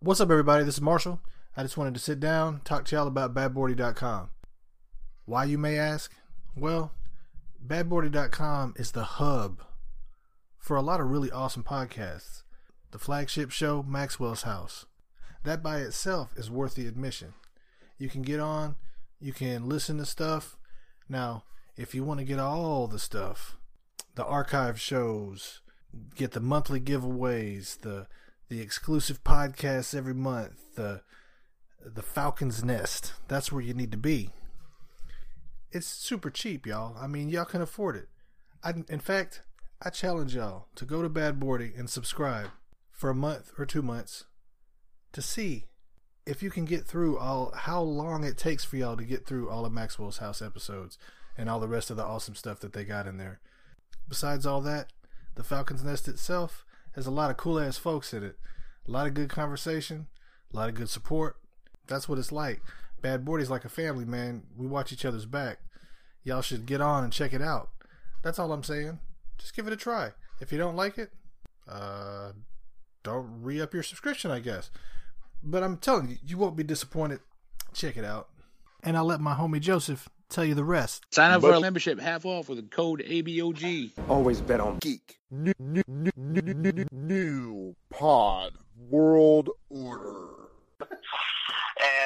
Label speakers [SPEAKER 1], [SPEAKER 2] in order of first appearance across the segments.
[SPEAKER 1] What's up, everybody? This is Marshall. I just wanted to sit down, talk to y'all about badboardy.com. Why, you may ask? Well, badboardy.com is the hub for a lot of really awesome podcasts. The flagship show, Maxwell's House. That by itself is worth the admission. You can get on, you can listen to stuff. Now, if you want to get all the stuff, the archive shows, get the monthly giveaways, the the exclusive podcasts every month, the the Falcon's Nest. That's where you need to be. It's super cheap, y'all. I mean, y'all can afford it. I, in fact, I challenge y'all to go to Bad Boarding and subscribe for a month or two months to see if you can get through all how long it takes for y'all to get through all of Maxwell's House episodes and all the rest of the awesome stuff that they got in there. Besides all that, the Falcon's Nest itself has a lot of cool ass folks in it. A lot of good conversation, a lot of good support. That's what it's like. Bad Boardy's like a family, man. We watch each other's back. Y'all should get on and check it out. That's all I'm saying. Just give it a try. If you don't like it, uh, don't re up your subscription, I guess. But I'm telling you, you won't be disappointed. Check it out. And I'll let my homie Joseph tell you the rest.
[SPEAKER 2] Sign up for our membership half off with the code ABOG.
[SPEAKER 3] Always bet on geek.
[SPEAKER 4] New, new, new, new, new, new, new pod world order.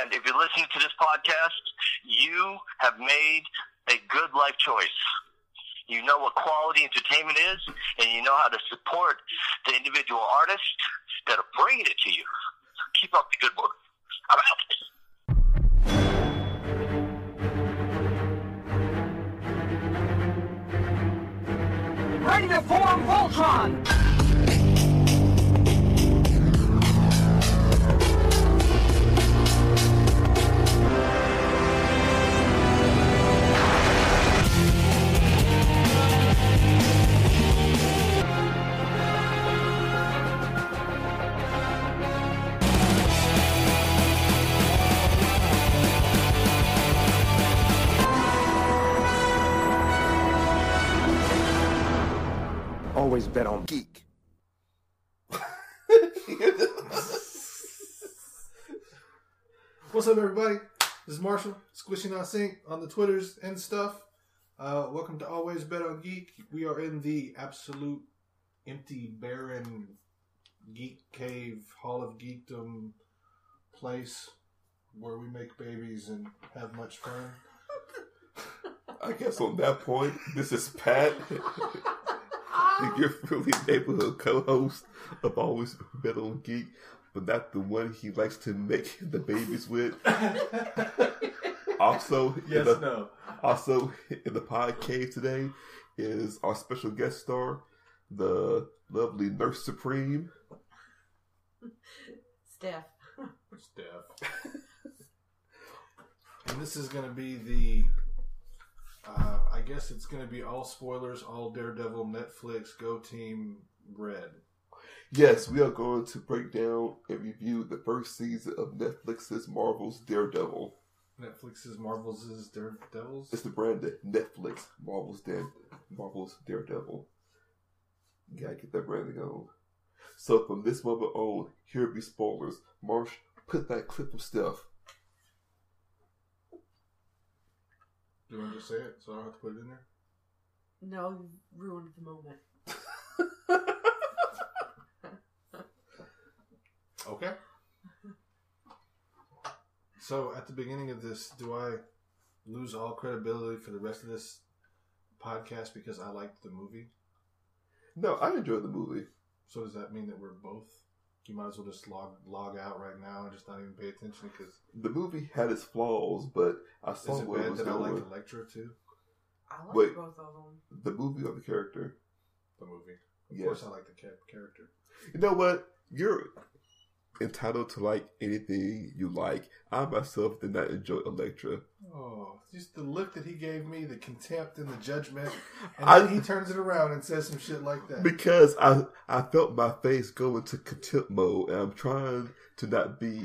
[SPEAKER 5] And if you're listening to this podcast, you have made a good life choice. You know what quality entertainment is, and you know how to support the individual artists that are bringing it to you. Keep up the good work. I'm out.
[SPEAKER 6] Ready to form Voltron!
[SPEAKER 3] Always bet on geek.
[SPEAKER 1] What's up, everybody? This is Marshall, Squishy Not Sync on the Twitters and stuff. Uh, welcome to Always Bet on Geek. We are in the absolute empty, barren geek cave, hall of geekdom place where we make babies and have much fun.
[SPEAKER 7] I guess on that point, this is Pat, your friendly neighborhood co-host of Always Metal Geek, but not the one he likes to make the babies with. also, in the,
[SPEAKER 1] no.
[SPEAKER 7] also in the pod cave today is our special guest star, the lovely Nurse Supreme.
[SPEAKER 8] Steph.
[SPEAKER 1] Steph. and this is going to be the. Uh, I guess it's going to be all spoilers, all Daredevil, Netflix, Go Team, Red.
[SPEAKER 7] Yes, we are going to break down and review the first season of Netflix's Marvel's Daredevil.
[SPEAKER 1] Netflix's Marvel's Daredevils.
[SPEAKER 7] It's the brand that Netflix, Marvel's Dead, Marvel's Daredevil. Gotta get that branding on. So from this moment on, here be spoilers. Marsh, put that clip of stuff.
[SPEAKER 1] Do you want to just say it so I don't have to put it in there?
[SPEAKER 8] No, you ruined the moment.
[SPEAKER 1] Okay. So at the beginning of this, do I lose all credibility for the rest of this podcast because I liked the movie?
[SPEAKER 7] No, I enjoyed the movie.
[SPEAKER 1] So does that mean that we're both? You might as well just log log out right now and just not even pay attention because
[SPEAKER 7] The movie had its flaws, but I saw
[SPEAKER 1] is it
[SPEAKER 7] where it
[SPEAKER 1] bad
[SPEAKER 7] was
[SPEAKER 1] that I
[SPEAKER 7] going.
[SPEAKER 1] liked Electra too?
[SPEAKER 8] I like
[SPEAKER 7] Wait.
[SPEAKER 8] both of them.
[SPEAKER 7] The movie or the character?
[SPEAKER 1] The movie. Of
[SPEAKER 7] Yes.
[SPEAKER 1] course, I like the ca- character.
[SPEAKER 7] You know what? You're entitled to like anything you like. I myself did not enjoy Electra.
[SPEAKER 1] Oh, just the look that he gave me, the contempt and the judgment, and
[SPEAKER 7] I-
[SPEAKER 1] then he turns it around and says some shit like that.
[SPEAKER 7] Because I I felt my face go into contempt mode, and I'm trying to not be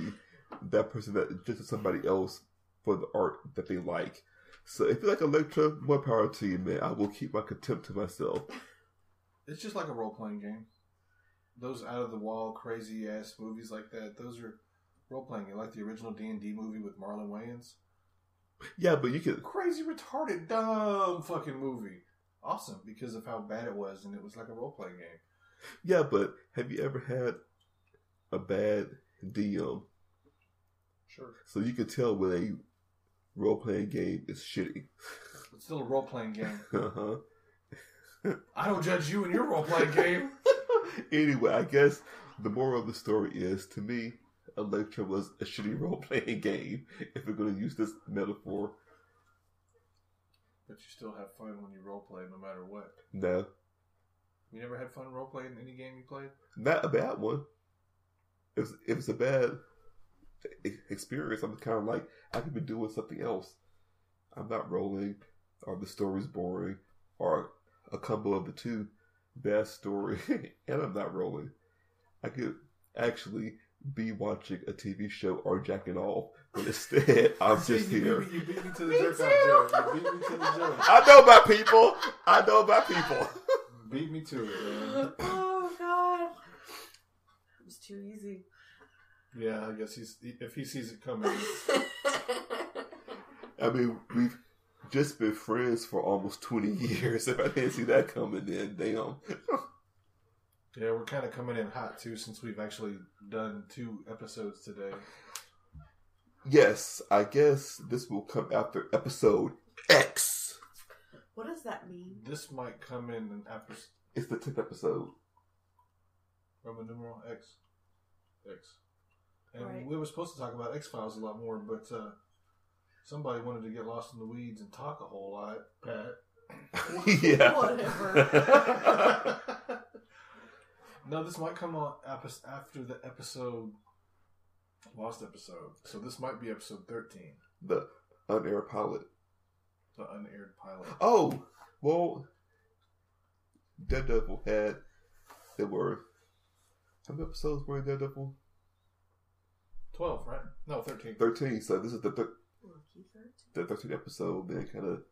[SPEAKER 7] that person that judges somebody else for the art that they like. So if you like Electra, more power to you, man. I will keep my contempt to myself.
[SPEAKER 1] It's just like a role playing game. those out of the wall crazy ass movies like that. Those are role playing. Like the original D and D movie with Marlon Wayans.
[SPEAKER 7] Yeah, but you can.
[SPEAKER 1] Crazy retarded dumb fucking movie. Awesome because of how bad it was, and it was like a role playing game.
[SPEAKER 7] Yeah, but have you ever had a bad DM?
[SPEAKER 1] Sure,
[SPEAKER 7] So you can tell when a role playing game is shitty.
[SPEAKER 1] it's still a role playing game.
[SPEAKER 7] Uh huh.
[SPEAKER 1] I don't judge you and your role playing game.
[SPEAKER 7] anyway, I guess the moral of the story is to me, Electra was a shitty role playing game, if we're going to use this metaphor.
[SPEAKER 1] But you still have fun when you role play, no matter what.
[SPEAKER 7] No,
[SPEAKER 1] You never had fun role playing any game you played.
[SPEAKER 7] not a bad one. It was, it was a bad e- experience. I'm kind of like, I could be doing something else. I'm not rolling, or the story's boring, or a combo of the two. Bad story, and I'm not rolling. I could actually be watching a TV show or jacking off, but instead, I'm just
[SPEAKER 1] you
[SPEAKER 7] here.
[SPEAKER 1] Beat me, you beat me to the jerk off joke. You beat me to the joke.
[SPEAKER 7] I know my people. I know my people.
[SPEAKER 1] Beat me to it. Man.
[SPEAKER 8] oh god. It was too easy.
[SPEAKER 1] Yeah, I guess he's if he sees it coming.
[SPEAKER 7] I mean, we've just been friends for almost 20 years. If I didn't see that coming in, damn.
[SPEAKER 1] yeah, we're kind of coming in hot too, since we've actually done two episodes today.
[SPEAKER 7] Yes, I guess this will come after episode X.
[SPEAKER 8] what does that mean?
[SPEAKER 1] This might come in an after
[SPEAKER 7] It's the 10th episode.
[SPEAKER 1] Roman numeral X, X, and
[SPEAKER 8] Right.
[SPEAKER 1] we were supposed to talk about X Files a lot more, but uh, somebody wanted to get lost in the weeds and talk a whole lot. Pat.
[SPEAKER 7] yeah.
[SPEAKER 8] Whatever.
[SPEAKER 1] no, this might come on epis after the episode, lost episode. So this might be episode 13,
[SPEAKER 7] The unaired pilot.
[SPEAKER 1] the unaired pilot.
[SPEAKER 7] Oh, well, Daredevil had. There were. How many episodes were in Daredevil?
[SPEAKER 1] 12, right? No, 13.
[SPEAKER 7] 13, so this is the thir-
[SPEAKER 8] Lucky thirteen.
[SPEAKER 7] the 13th episode, then kind of,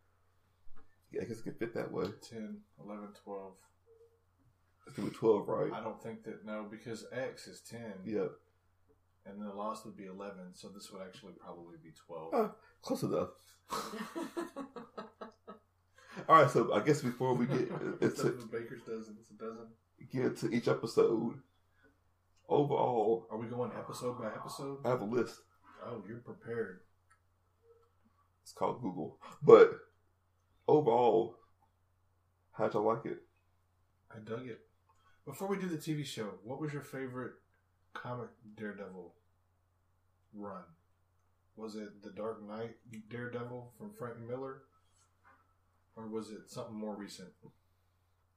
[SPEAKER 7] I guess it could fit that way.
[SPEAKER 1] 10, 11, 12.
[SPEAKER 7] It's gonna be 12, right?
[SPEAKER 1] I don't think that, no, because X is 10,
[SPEAKER 7] Yeah,
[SPEAKER 1] and the lost would be 11, so this would actually probably be 12.
[SPEAKER 7] Oh. close enough. All right, so I guess before we get
[SPEAKER 1] it's
[SPEAKER 7] into,
[SPEAKER 1] Baker's dozen. It's a dozen.
[SPEAKER 7] get into each episode, overall,
[SPEAKER 1] Are we going episode by episode?
[SPEAKER 7] I have a list.
[SPEAKER 1] Oh, you're prepared.
[SPEAKER 7] It's called Google, but overall, how'd y'all like it?
[SPEAKER 1] I dug it. Before we do the TV show, what was your favorite comic Daredevil run? Was it the Dark Knight Daredevil from Frank Miller, or was it something more recent?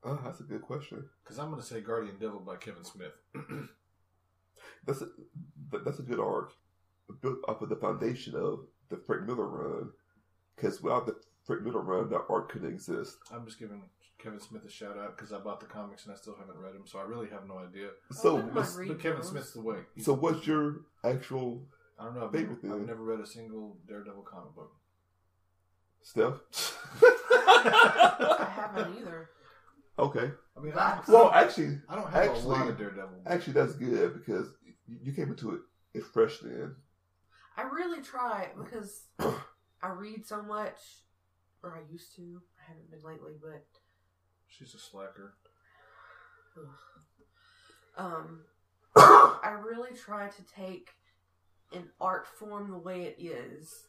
[SPEAKER 7] Oh, that's a good question.
[SPEAKER 1] Because I'm going to say Guardian Devil by Kevin Smith.
[SPEAKER 7] That's a, that- that's a good arc, built off of the foundation of the Frank Miller run, because without the Frank Miller run, that arc couldn't exist.
[SPEAKER 1] I'm just giving Kevin Smith a shout out because I bought the comics and I still haven't read them, so I really have no idea.
[SPEAKER 7] So,
[SPEAKER 8] never mind.
[SPEAKER 7] what's-
[SPEAKER 8] Read
[SPEAKER 1] But Kevin
[SPEAKER 8] those.
[SPEAKER 1] Smith's the way.
[SPEAKER 7] so what's your actual
[SPEAKER 1] I don't know. I've
[SPEAKER 7] favorite
[SPEAKER 1] never, I've
[SPEAKER 7] thing?
[SPEAKER 1] never read a single Daredevil comic book.
[SPEAKER 7] Steph.
[SPEAKER 8] I haven't either.
[SPEAKER 7] okay.
[SPEAKER 1] I mean, I,
[SPEAKER 7] Well, actually,
[SPEAKER 1] I don't have a lot
[SPEAKER 7] actually-
[SPEAKER 1] of Daredevil. books.
[SPEAKER 7] actually, that's good because you, you came into it it's fresh then.
[SPEAKER 8] I really try because I read so much, or I used to. I haven't been lately, but
[SPEAKER 1] She's a slacker.
[SPEAKER 8] um, I really try to take an art form the way it is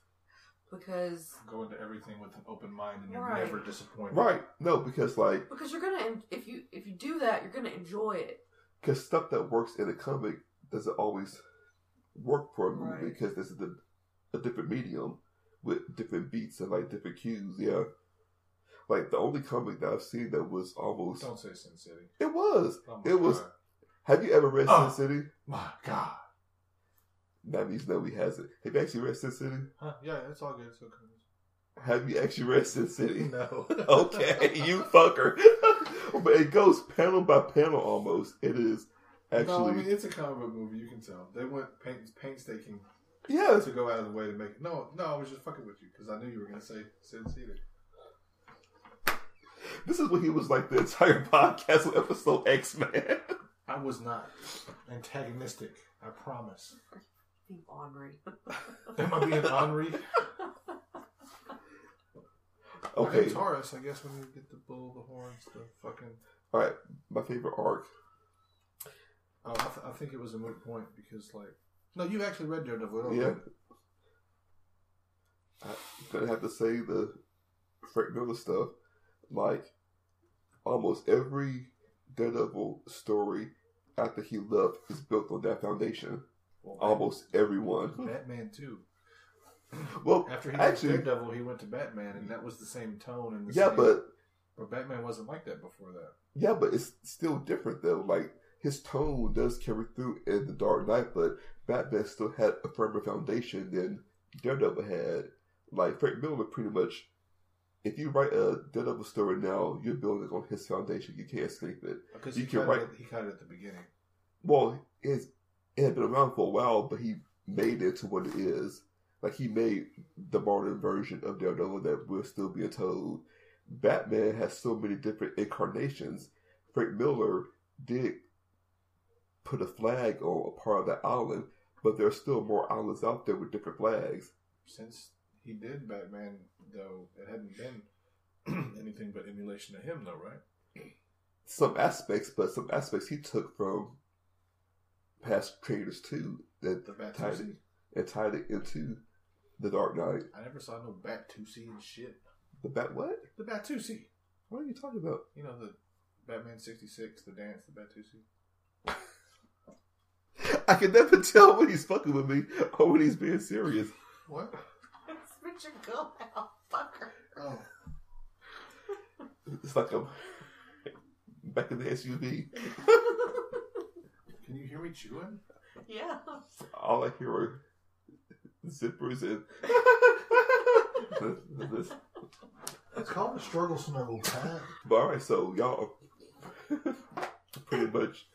[SPEAKER 8] because
[SPEAKER 1] go into everything with an open mind and you're
[SPEAKER 8] Right.
[SPEAKER 1] never disappointed.
[SPEAKER 7] Right? No, because like,
[SPEAKER 8] because you're gonna en- if you if you do that you're gonna enjoy it.
[SPEAKER 7] because stuff that works in a comic doesn't always work for a movie
[SPEAKER 8] Right.
[SPEAKER 7] because this is a, a different medium with different beats and like different cues. Yeah. Like the only comic that I've seen that was almost
[SPEAKER 1] Don't say Sin City.
[SPEAKER 7] it was.
[SPEAKER 1] Oh my
[SPEAKER 7] It was.
[SPEAKER 1] God.
[SPEAKER 7] Have you ever read
[SPEAKER 1] Oh.
[SPEAKER 7] Sin City?
[SPEAKER 1] My God.
[SPEAKER 7] That means no, he hasn't. Have you actually read Sin City?
[SPEAKER 1] Huh? Yeah, it's all good. It's okay.
[SPEAKER 7] Have you actually read Sin City?
[SPEAKER 1] No.
[SPEAKER 7] okay, you fucker. but it goes panel by panel almost. It is
[SPEAKER 1] No,
[SPEAKER 7] actually
[SPEAKER 1] I mean it's a comic book movie. You can tell they went pain, painstaking
[SPEAKER 7] yeah.
[SPEAKER 1] to go out of the way to make it. No, no, I was just fucking with you because I knew you were gonna say Sin City.
[SPEAKER 7] This is when he was like the entire podcast with episode X Man.
[SPEAKER 1] I was not antagonistic. I promise.
[SPEAKER 8] Be ornery.
[SPEAKER 1] Am I being ornery?
[SPEAKER 7] Okay.
[SPEAKER 1] Taurus, I guess when you get the bull, the horns, the fucking.
[SPEAKER 7] All right. My favorite arc.
[SPEAKER 1] Oh, I, th- I think it was a moot point because, like, no, you actually read Daredevil. don't
[SPEAKER 7] Yeah.
[SPEAKER 1] you?
[SPEAKER 7] I'm gonna have to say the Frank Miller stuff. Like almost every Daredevil story after he left is built on that foundation.
[SPEAKER 1] Well,
[SPEAKER 7] Almost everyone.
[SPEAKER 1] Batman too.
[SPEAKER 7] Well,
[SPEAKER 1] Hmm. After he left
[SPEAKER 7] actually,
[SPEAKER 1] Daredevil, he went to Batman, and that was the same tone and the
[SPEAKER 7] yeah,
[SPEAKER 1] same-
[SPEAKER 7] but
[SPEAKER 1] but Batman wasn't like that before that.
[SPEAKER 7] yeah, but it's still different though. Like his tone does carry through in the Dark Knight, but Batman still had a firmer foundation than Daredevil had. Like Frank Miller, pretty much. If you write a Daredevil story now, you're building on his foundation. You can't escape it.
[SPEAKER 1] Because
[SPEAKER 7] You
[SPEAKER 1] he
[SPEAKER 7] can
[SPEAKER 1] cut,
[SPEAKER 7] write-
[SPEAKER 1] it, he cut it at the beginning.
[SPEAKER 7] Well, it's, it had been around for a while, but he made it to what it is. Like he made the modern version of Daredevil that we're still being told. Batman has so many different incarnations. Frank Miller did put a flag on a part of that island, but there are still more islands out there with different flags.
[SPEAKER 1] Since he did Batman, though, it hadn't been anything but emulation of him, though, right?
[SPEAKER 7] Some aspects, but some aspects he took from past creators too, that
[SPEAKER 1] The Bat
[SPEAKER 7] tied
[SPEAKER 1] Tusi.
[SPEAKER 7] it, and tied it into the Dark Knight.
[SPEAKER 1] I never saw no Bat Tusi and shit.
[SPEAKER 7] The Bat what?
[SPEAKER 1] The Bat Tusi.
[SPEAKER 7] What are you talking about?
[SPEAKER 1] You know the Batman sixty six, the dance, the Bat Tusi.
[SPEAKER 7] I can never tell when he's fucking with me or when he's being serious.
[SPEAKER 1] What?
[SPEAKER 8] it's Richard Goldhouse, fucker.
[SPEAKER 1] Oh,
[SPEAKER 7] It's like I'm back in the SUV.
[SPEAKER 1] can you hear me chewing?
[SPEAKER 8] Yeah.
[SPEAKER 7] All I hear are zippers and. this.
[SPEAKER 1] It's called a struggle snuggle, Pat.
[SPEAKER 7] But all right, so y'all are pretty much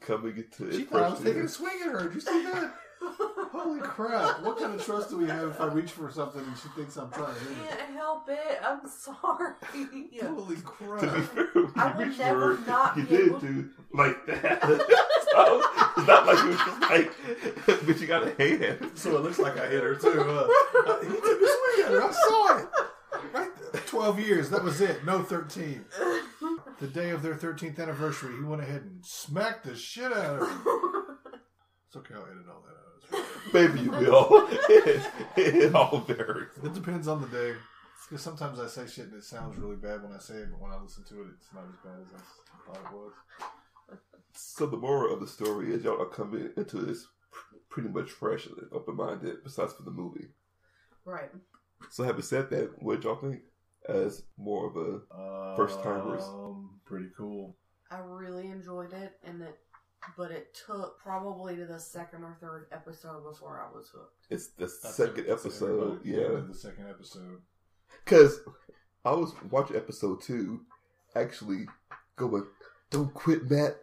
[SPEAKER 7] coming into
[SPEAKER 1] She
[SPEAKER 7] it
[SPEAKER 1] thought I was
[SPEAKER 7] first
[SPEAKER 1] taking
[SPEAKER 7] year.
[SPEAKER 1] a swing at her. Did you see that? Holy crap! What kind of trust do we have if I reach for something and she thinks I'm trying to hit it?
[SPEAKER 8] Can't help it. I'm sorry.
[SPEAKER 1] Holy
[SPEAKER 7] To be
[SPEAKER 1] crap!
[SPEAKER 7] fair, when
[SPEAKER 8] I
[SPEAKER 7] you
[SPEAKER 8] will
[SPEAKER 7] reached
[SPEAKER 8] never
[SPEAKER 7] for her,
[SPEAKER 8] not
[SPEAKER 7] you
[SPEAKER 8] be
[SPEAKER 7] did
[SPEAKER 8] able-
[SPEAKER 7] do like that. so it's not like it was just like, but you got a hand.
[SPEAKER 1] So it looks like I hit her too. Uh, I- he took a swing at her. I saw it. Right there. Twelve years. That was it. No thirteen. The day of their thirteenth anniversary, he went ahead and smacked the shit out of her. It's okay. I'll edit all that out. It's fine.
[SPEAKER 7] Maybe you will. it, it all varies.
[SPEAKER 1] It depends on the day. Because sometimes I say shit and it sounds really bad when I say it, but when I listen to it, it's not as bad as I thought it was.
[SPEAKER 7] So the moral of the story is y'all are coming into this pretty much fresh and open-minded, besides for the movie.
[SPEAKER 8] right.
[SPEAKER 7] So having said that, what y'all think as more of a First timers.
[SPEAKER 1] Um, pretty cool.
[SPEAKER 8] I really enjoyed it, and it, but it took probably to the second or third episode before I was hooked.
[SPEAKER 7] it's the
[SPEAKER 1] I think
[SPEAKER 7] second
[SPEAKER 1] that's
[SPEAKER 7] episode,
[SPEAKER 1] everybody.
[SPEAKER 7] yeah.
[SPEAKER 1] The second episode.
[SPEAKER 7] Because I was watching episode two, actually going, "Don't quit, Matt."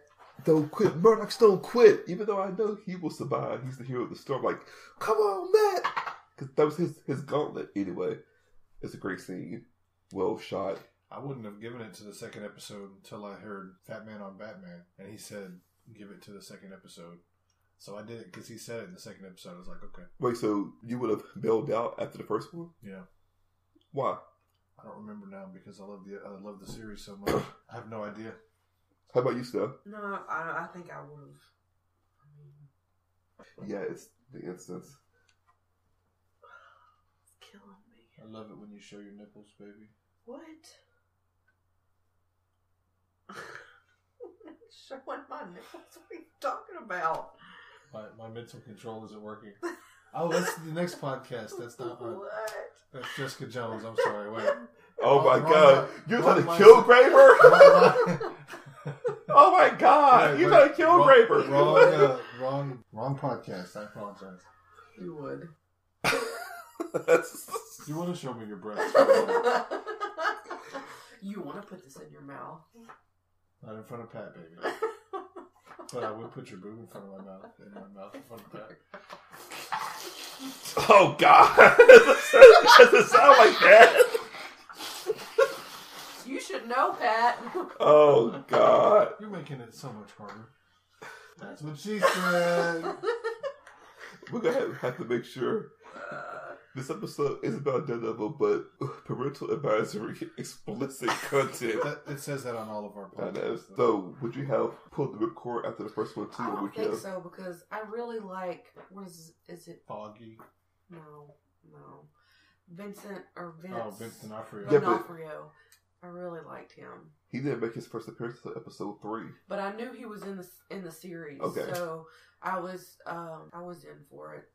[SPEAKER 7] Don't quit, Murdoch's don't quit. Even though I know he will survive, he's the hero of the storm. Like, come on, Matt, because that was his his gauntlet. Anyway, it's a great scene, well shot.
[SPEAKER 1] I wouldn't have given it to the second episode until I heard Fat Man on Batman, and he said, "Give it to the second episode." So I did it because he said it in the second episode. I was like, "Okay,
[SPEAKER 7] Wait, so you would have bailed out after the first one?
[SPEAKER 1] Yeah.
[SPEAKER 7] Why?
[SPEAKER 1] I don't remember now because I love the I love the series so much. I have no idea."
[SPEAKER 7] How about you, Steph?
[SPEAKER 8] No, I, I think I would have.
[SPEAKER 7] Yeah, it's the instance.
[SPEAKER 8] It's killing me.
[SPEAKER 1] I love it when you show your nipples, baby.
[SPEAKER 8] What? Showing my nipples? What are you talking about?
[SPEAKER 1] My, my mental control isn't working. Oh, that's the next podcast. That's not my,
[SPEAKER 8] What?
[SPEAKER 1] that's Jessica Jones. I'm sorry. Wait. Oh,
[SPEAKER 7] Oh, my
[SPEAKER 1] wrong
[SPEAKER 7] god,
[SPEAKER 1] line.
[SPEAKER 7] you're
[SPEAKER 1] Wrong
[SPEAKER 7] trying to
[SPEAKER 1] line.
[SPEAKER 7] kill Graver? oh my
[SPEAKER 1] Wait,
[SPEAKER 7] god, you're
[SPEAKER 1] wait.
[SPEAKER 7] trying to kill
[SPEAKER 1] wrong,
[SPEAKER 7] Graver?
[SPEAKER 1] Wrong, uh, wrong, wrong podcast. I apologize.
[SPEAKER 8] You would.
[SPEAKER 1] You want to show me your breasts?
[SPEAKER 8] you want to put this in your mouth?
[SPEAKER 1] Not in front of Pat, baby. But I would put your boob in front of my mouth and my mouth in front of Pat.
[SPEAKER 7] oh god, does it sound like that?
[SPEAKER 8] You should know, Pat.
[SPEAKER 7] Oh god, Oh,
[SPEAKER 1] You're making it so much harder. That's what she said.
[SPEAKER 7] We're gonna have- have to make sure this episode is about Daredevil, but parental advisory, explicit content.
[SPEAKER 1] That- it says that on all of our
[SPEAKER 7] And as
[SPEAKER 1] podcasts.
[SPEAKER 7] though, would you have pulled the record after the first one too?
[SPEAKER 8] I
[SPEAKER 7] or
[SPEAKER 8] don't
[SPEAKER 7] would you
[SPEAKER 8] think
[SPEAKER 7] have-
[SPEAKER 8] so because I really like what is is it?
[SPEAKER 1] Foggy.
[SPEAKER 8] No, no, Vincent or Vince
[SPEAKER 1] Oh, Vincent D'Onofrio.
[SPEAKER 7] Yeah, but-
[SPEAKER 8] D'Onofrio. I really liked him,
[SPEAKER 7] He didn't make his first appearance until episode three.
[SPEAKER 8] but I knew he was in the in the series,
[SPEAKER 7] Okay.
[SPEAKER 8] so I was um I was in for it.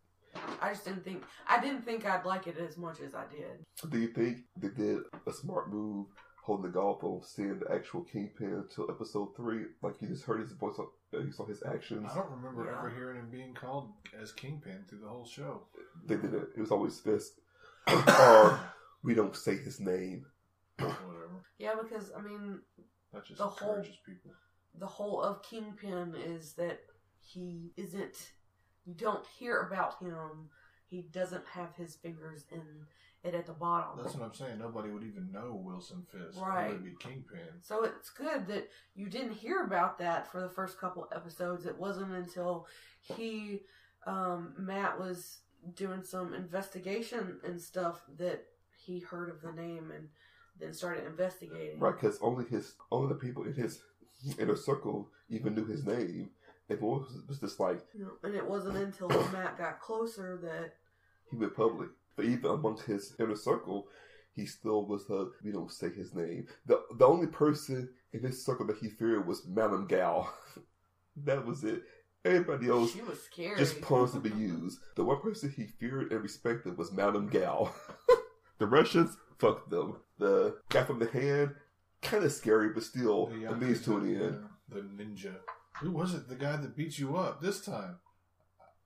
[SPEAKER 8] I just didn't think I didn't think I'd like it as much as I did.
[SPEAKER 7] Do you think they did a smart move holding the golf on seeing the actual kingpin until episode three? Like you just heard his voice, on, uh, you saw his actions.
[SPEAKER 1] I don't remember
[SPEAKER 8] Yeah.
[SPEAKER 1] ever hearing him being called as Kingpin through the whole show.
[SPEAKER 7] They did it. It was always this, or we don't say his name.
[SPEAKER 1] Whatever.
[SPEAKER 8] Yeah, because I mean
[SPEAKER 1] That just
[SPEAKER 8] The whole-
[SPEAKER 1] encourages people.
[SPEAKER 8] the whole of Kingpin is that he isn't. You don't hear about him. He doesn't have his fingers in it at the bottom.
[SPEAKER 1] That's what I'm saying. Nobody would even know Wilson Fisk.
[SPEAKER 8] Right.
[SPEAKER 1] It would be Kingpin.
[SPEAKER 8] So it's good that you didn't hear about that for the first couple episodes. It wasn't until he, um, Matt was doing some investigation and stuff that he heard of the name and then started investigating.
[SPEAKER 7] Right, because only his only the people in his inner circle even knew his name. Everyone was- was just like
[SPEAKER 8] You know, and it wasn't until Matt got closer that
[SPEAKER 7] he went public. But even amongst his inner circle, he still was the we don't say his name. The the only person in his circle that he feared was Madame Gal. that was it. Everybody else
[SPEAKER 8] she was scared.
[SPEAKER 7] just pawns to be used. The one person he feared and respected was Madame Gal. the Russians, fuck them. The guy from the hand, kind of scary, but still
[SPEAKER 1] The
[SPEAKER 7] a
[SPEAKER 1] young- uh,
[SPEAKER 7] means to an end.
[SPEAKER 1] The ninja. Who was it? The guy that beat you up this time?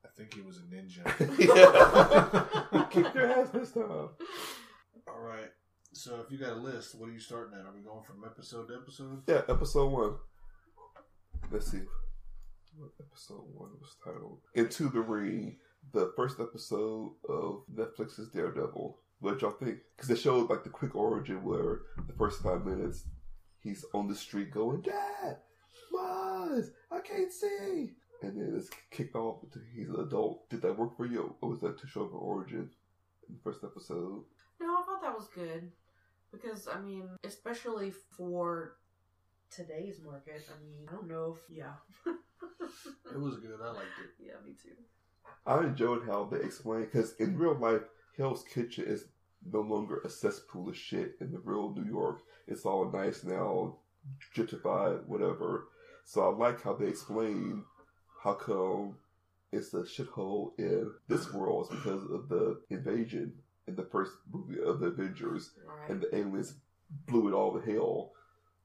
[SPEAKER 1] I think he was a ninja.
[SPEAKER 7] yeah. Kick your ass this time.
[SPEAKER 1] All right. So if you got a list, what are you starting at? Are we going from episode to episode?
[SPEAKER 7] Yeah, episode one. Let's see. What episode one was titled? Into the Ring, the first episode of Netflix's Daredevil. What y'all think? Because they showed like the quick origin where the first five minutes he's on the street going, Dad, Mars, I can't see. And then it's kicked off to he's an adult. Did that work for you? Or was that too short of an origin in the first episode?
[SPEAKER 8] No, I thought that was good because I mean, especially for today's market. I mean, I don't know if yeah,
[SPEAKER 1] It was good. I liked it.
[SPEAKER 8] yeah, me too.
[SPEAKER 7] I enjoyed how they explained because in real life, Hell's Kitchen is no longer a cesspool of shit in the real New York. It's all nice now, gentrified, whatever. So I like how they explain how come it's a shithole in this world is because of the invasion in the first movie of the Avengers
[SPEAKER 8] Right.
[SPEAKER 7] and the aliens blew it all to hell.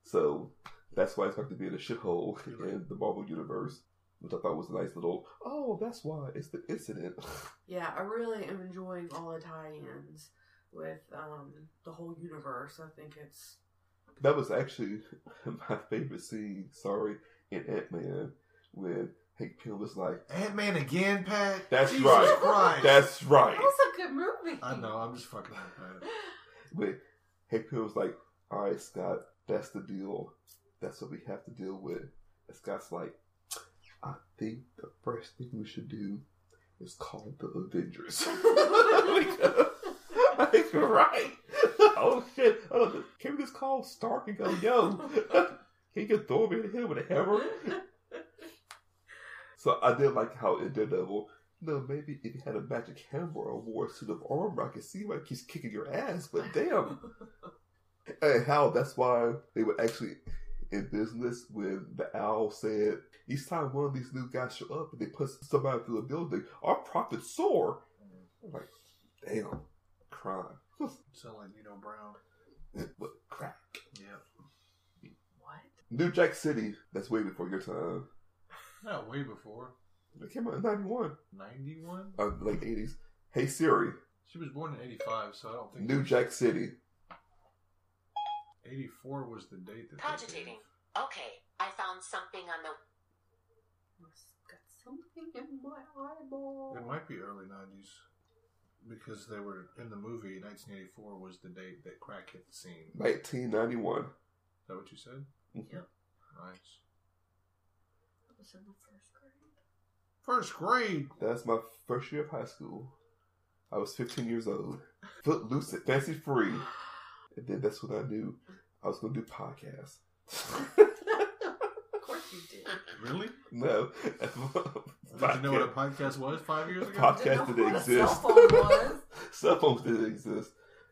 [SPEAKER 7] So that's why it's going to be in a shithole in the Marvel universe, which I thought was a nice little. Oh, that's why it's the incident.
[SPEAKER 8] yeah, I really am enjoying all the tie-ins with um the whole universe. I think it's
[SPEAKER 7] that was actually my favorite scene. Sorry, in Ant Man when Hank Pym was like,
[SPEAKER 1] Ant Man again, Pat.
[SPEAKER 7] That's
[SPEAKER 1] Jesus
[SPEAKER 7] right.
[SPEAKER 1] Christ.
[SPEAKER 7] "That's
[SPEAKER 8] that
[SPEAKER 7] right."
[SPEAKER 8] was a good movie.
[SPEAKER 1] I know. I'm just fucking with Pat.
[SPEAKER 7] But Hank Pym was like, "All right, Scott, that's the deal. That's what we have to deal with." And Scott's like, "I think the first thing we should do is call the Avengers." I think you're right. oh shit! I don't know. Can we just call Stark and go, "Yo, he can throw me in the head with a hammer." So I did like how in Daredevil, you know, maybe if you had a magic hammer or wore a suit of armor, I could see why he's kicking your ass, but damn. and how that's why they were actually in business when the owl said, each time one of these new guys show up and they put somebody through a building, our profits soar. I'm like, damn, crime.
[SPEAKER 1] Sound like Nino Brown.
[SPEAKER 7] what crap.
[SPEAKER 1] Yeah.
[SPEAKER 8] What?
[SPEAKER 7] New Jack City, that's way before your time.
[SPEAKER 1] Not way before.
[SPEAKER 7] It came out in 91,
[SPEAKER 1] 91?
[SPEAKER 7] uh, late 80s. Hey Siri,
[SPEAKER 1] She was born in 85, so I don't think.
[SPEAKER 7] New Jack City.
[SPEAKER 1] 84 was the date that. they
[SPEAKER 9] Cogitating.
[SPEAKER 1] gave.
[SPEAKER 9] Okay, I found something on the
[SPEAKER 8] Got something in my eyeball.
[SPEAKER 1] It might be early 90s. Because they were in the movie, 1984 was the date that crack hit the scene. Is
[SPEAKER 7] 1991.
[SPEAKER 1] that what you said?
[SPEAKER 7] Mhm.
[SPEAKER 1] Nice.
[SPEAKER 8] was in the
[SPEAKER 1] First
[SPEAKER 8] first grade.
[SPEAKER 1] grade.
[SPEAKER 7] That's my first year of high school. I was 15 years old. Footloose and fancy free. And then that's when I knew I was going to do podcasts.
[SPEAKER 8] Of course you did.
[SPEAKER 1] Really?
[SPEAKER 7] no.
[SPEAKER 1] Did you know what a podcast was five years ago?
[SPEAKER 7] Podcast didn't
[SPEAKER 8] what a cell
[SPEAKER 7] exist.
[SPEAKER 8] phone was.
[SPEAKER 7] Cell phones didn't exist.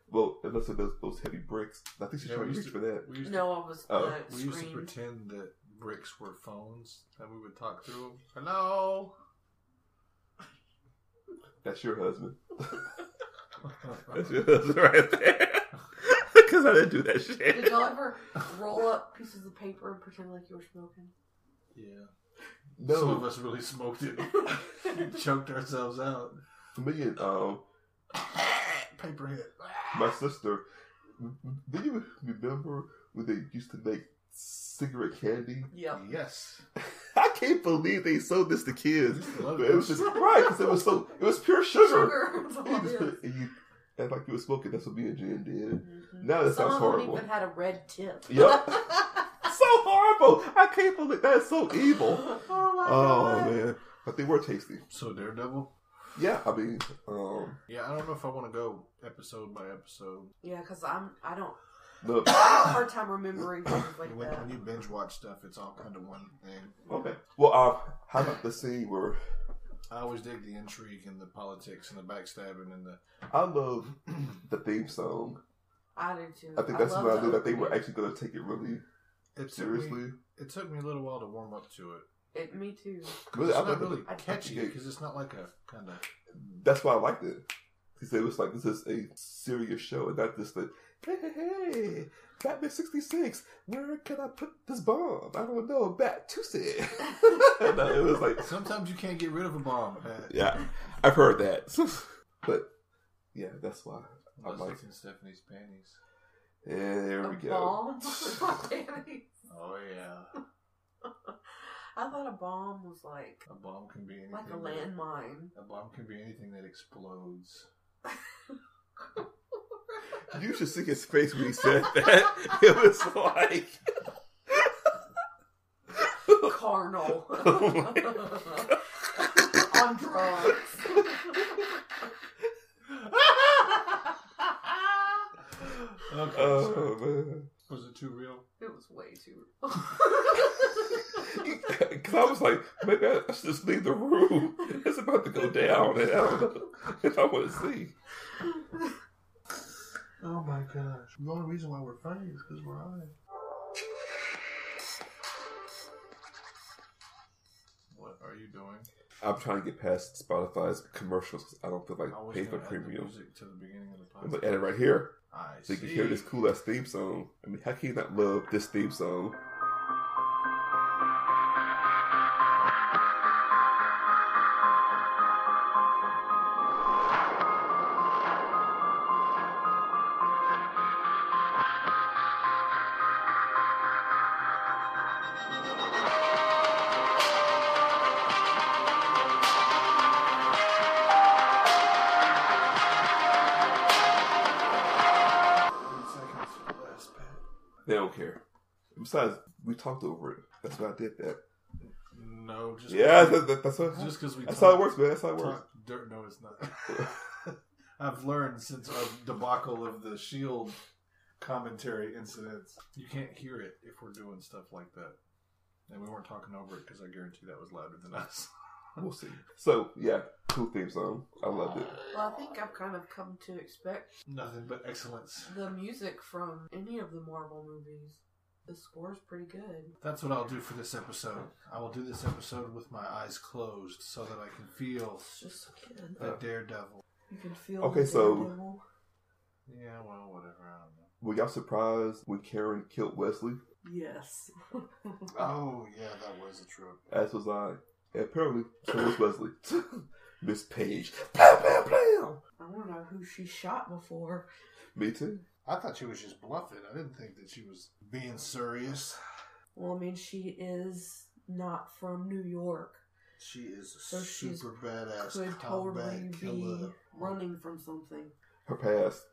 [SPEAKER 7] Well, unless it was those heavy bricks. I think she's
[SPEAKER 1] Yeah,
[SPEAKER 7] trying
[SPEAKER 1] we
[SPEAKER 7] to
[SPEAKER 1] used
[SPEAKER 7] reach
[SPEAKER 1] to,
[SPEAKER 7] for that.
[SPEAKER 1] we used to-
[SPEAKER 8] No, I was
[SPEAKER 7] Oh,
[SPEAKER 8] the
[SPEAKER 1] we used to
[SPEAKER 8] screen.
[SPEAKER 1] pretend that bricks were phones and we would talk through them. Hello.
[SPEAKER 7] That's your husband. That's your husband right there. Because I didn't do that
[SPEAKER 8] Did
[SPEAKER 7] shit.
[SPEAKER 8] y'all ever roll up pieces of paper and pretend like you were smoking?
[SPEAKER 1] yeah.
[SPEAKER 7] No.
[SPEAKER 1] Some of us really smoked it. we choked ourselves out.
[SPEAKER 7] Me and um,
[SPEAKER 1] Paper hit.
[SPEAKER 7] my sister, do you remember when they used to make cigarette candy?
[SPEAKER 8] Yep.
[SPEAKER 1] Yes.
[SPEAKER 7] I can't believe they sold this to
[SPEAKER 1] I
[SPEAKER 7] kids.
[SPEAKER 1] used to love
[SPEAKER 7] But it was
[SPEAKER 1] this.
[SPEAKER 7] just right because it was so it was pure sugar.
[SPEAKER 8] Sugar. That's all
[SPEAKER 7] You
[SPEAKER 8] it
[SPEAKER 7] just
[SPEAKER 8] is.
[SPEAKER 7] put- and you act like you were smoking. That's what me and Jen did.
[SPEAKER 8] Mhm.
[SPEAKER 7] Now that
[SPEAKER 8] Some
[SPEAKER 7] sounds
[SPEAKER 8] of them
[SPEAKER 7] horrible.
[SPEAKER 8] even had a red tip.
[SPEAKER 7] Yep. so horrible. I can't believe that's so evil.
[SPEAKER 8] Oh my
[SPEAKER 7] Oh
[SPEAKER 8] god.
[SPEAKER 7] man, but they were tasty.
[SPEAKER 1] So Daredevil.
[SPEAKER 7] Yeah, I mean, um,
[SPEAKER 1] Yeah, I don't know if I want to go episode by episode.
[SPEAKER 8] Yeah, because I'm I don't
[SPEAKER 7] look.
[SPEAKER 8] I have a hard time remembering things like
[SPEAKER 1] When, when
[SPEAKER 8] that.
[SPEAKER 1] you binge watch stuff, it's all kind of one thing.
[SPEAKER 7] Okay. Well, uh, how about the scene where
[SPEAKER 1] I always dig the intrigue and the politics and the backstabbing and the
[SPEAKER 7] I love the theme song?
[SPEAKER 8] I do too.
[SPEAKER 7] I think that's
[SPEAKER 8] love
[SPEAKER 7] when I
[SPEAKER 8] the
[SPEAKER 7] knew that they were
[SPEAKER 8] opening.
[SPEAKER 7] actually going to take it really
[SPEAKER 1] it took me-
[SPEAKER 7] seriously.
[SPEAKER 1] it took me a little while to warm up to it.
[SPEAKER 8] It, me too.
[SPEAKER 7] Really,
[SPEAKER 1] it's
[SPEAKER 7] I
[SPEAKER 1] not
[SPEAKER 7] thought
[SPEAKER 1] really
[SPEAKER 8] I-
[SPEAKER 1] catchy because it's not like a kind of
[SPEAKER 7] that- that's why I liked it. Because it was like, this is a serious show and not just like, hey, hey, hey, Batman 66, where can I put this bomb? I don't know, Bat Tuesday. no, it was like,
[SPEAKER 1] Sometimes you can't get rid of a bomb, Pat.
[SPEAKER 7] yeah, I've heard that. but yeah, that's why.
[SPEAKER 1] Unless
[SPEAKER 7] I like
[SPEAKER 1] it's in Stephanie's panties.
[SPEAKER 7] Yeah, there
[SPEAKER 8] A
[SPEAKER 7] we go.
[SPEAKER 8] bomb with my panties.
[SPEAKER 1] Oh yeah,
[SPEAKER 8] I thought a bomb was like
[SPEAKER 1] a bomb can be anything.
[SPEAKER 8] like a
[SPEAKER 1] that-
[SPEAKER 8] landmine.
[SPEAKER 1] A bomb can be anything that explodes.
[SPEAKER 7] You should see his face when he said that. It was like,
[SPEAKER 8] Carnal.
[SPEAKER 7] Oh my Oh
[SPEAKER 8] On drugs.
[SPEAKER 1] Okay, sorry.
[SPEAKER 7] oh man.
[SPEAKER 1] was it too real?
[SPEAKER 8] it was way too.
[SPEAKER 7] Because I was like, maybe I should just leave the room. It's about to go down, and I don't know if I want to see.
[SPEAKER 1] Oh my gosh! The only reason why we're funny is because we're high. What are you doing?
[SPEAKER 7] I'm trying to get past Spotify's commercials 'cause I don't feel
[SPEAKER 1] I
[SPEAKER 7] like
[SPEAKER 1] was
[SPEAKER 7] paying for
[SPEAKER 1] gonna add the
[SPEAKER 7] premium.
[SPEAKER 1] music to the beginning of the podcast.
[SPEAKER 7] I'm gonna add it right here
[SPEAKER 1] I
[SPEAKER 7] so you can
[SPEAKER 1] see.
[SPEAKER 7] hear this cool ass theme song. I mean, how can you not love this theme song?
[SPEAKER 1] Thirty seconds or less, Pat.
[SPEAKER 7] They don't care. Besides, we talked over it. That's why I did that.
[SPEAKER 1] No, just
[SPEAKER 7] Yeah, that, that, that's what.
[SPEAKER 1] just because we
[SPEAKER 7] That's
[SPEAKER 1] talk-
[SPEAKER 7] how it works, man. That's how it works.
[SPEAKER 1] talk dirt. No, it's not. I've learned since our debacle of the Shield commentary incidents, you can't hear it if we're doing stuff like that. And we weren't talking over it because I guarantee that was louder than us.
[SPEAKER 7] We'll see. So yeah, cool theme song. I loved it.
[SPEAKER 8] well, I think I've kind of come to expect
[SPEAKER 1] Nothing but excellence.
[SPEAKER 8] the music from any of the Marvel movies. The score's pretty good.
[SPEAKER 1] That's what I'll do for this episode. I will do this episode with my eyes closed so that I can feel
[SPEAKER 8] It's just good.
[SPEAKER 1] the daredevil.
[SPEAKER 8] You can feel.
[SPEAKER 7] Uh, Okay,
[SPEAKER 8] the
[SPEAKER 7] so-
[SPEAKER 8] daredevil.
[SPEAKER 1] Yeah, well, whatever. I
[SPEAKER 7] Were y'all surprised when Karen killed Wesley?
[SPEAKER 8] Yes.
[SPEAKER 1] don't know. Oh, yeah, that was a trip.
[SPEAKER 7] As was I. And apparently, so was Wesley. Miss Page. Bam, bam, bam.
[SPEAKER 8] I don't know who she shot before.
[SPEAKER 7] Me too.
[SPEAKER 1] I thought she was just bluffing. I didn't think that she was being serious.
[SPEAKER 8] Well, I mean, she is not from New York.
[SPEAKER 1] She is a
[SPEAKER 8] So she's-
[SPEAKER 1] super badass
[SPEAKER 8] Could
[SPEAKER 1] combat
[SPEAKER 8] totally
[SPEAKER 1] killer.
[SPEAKER 8] be running from something.
[SPEAKER 7] Her past.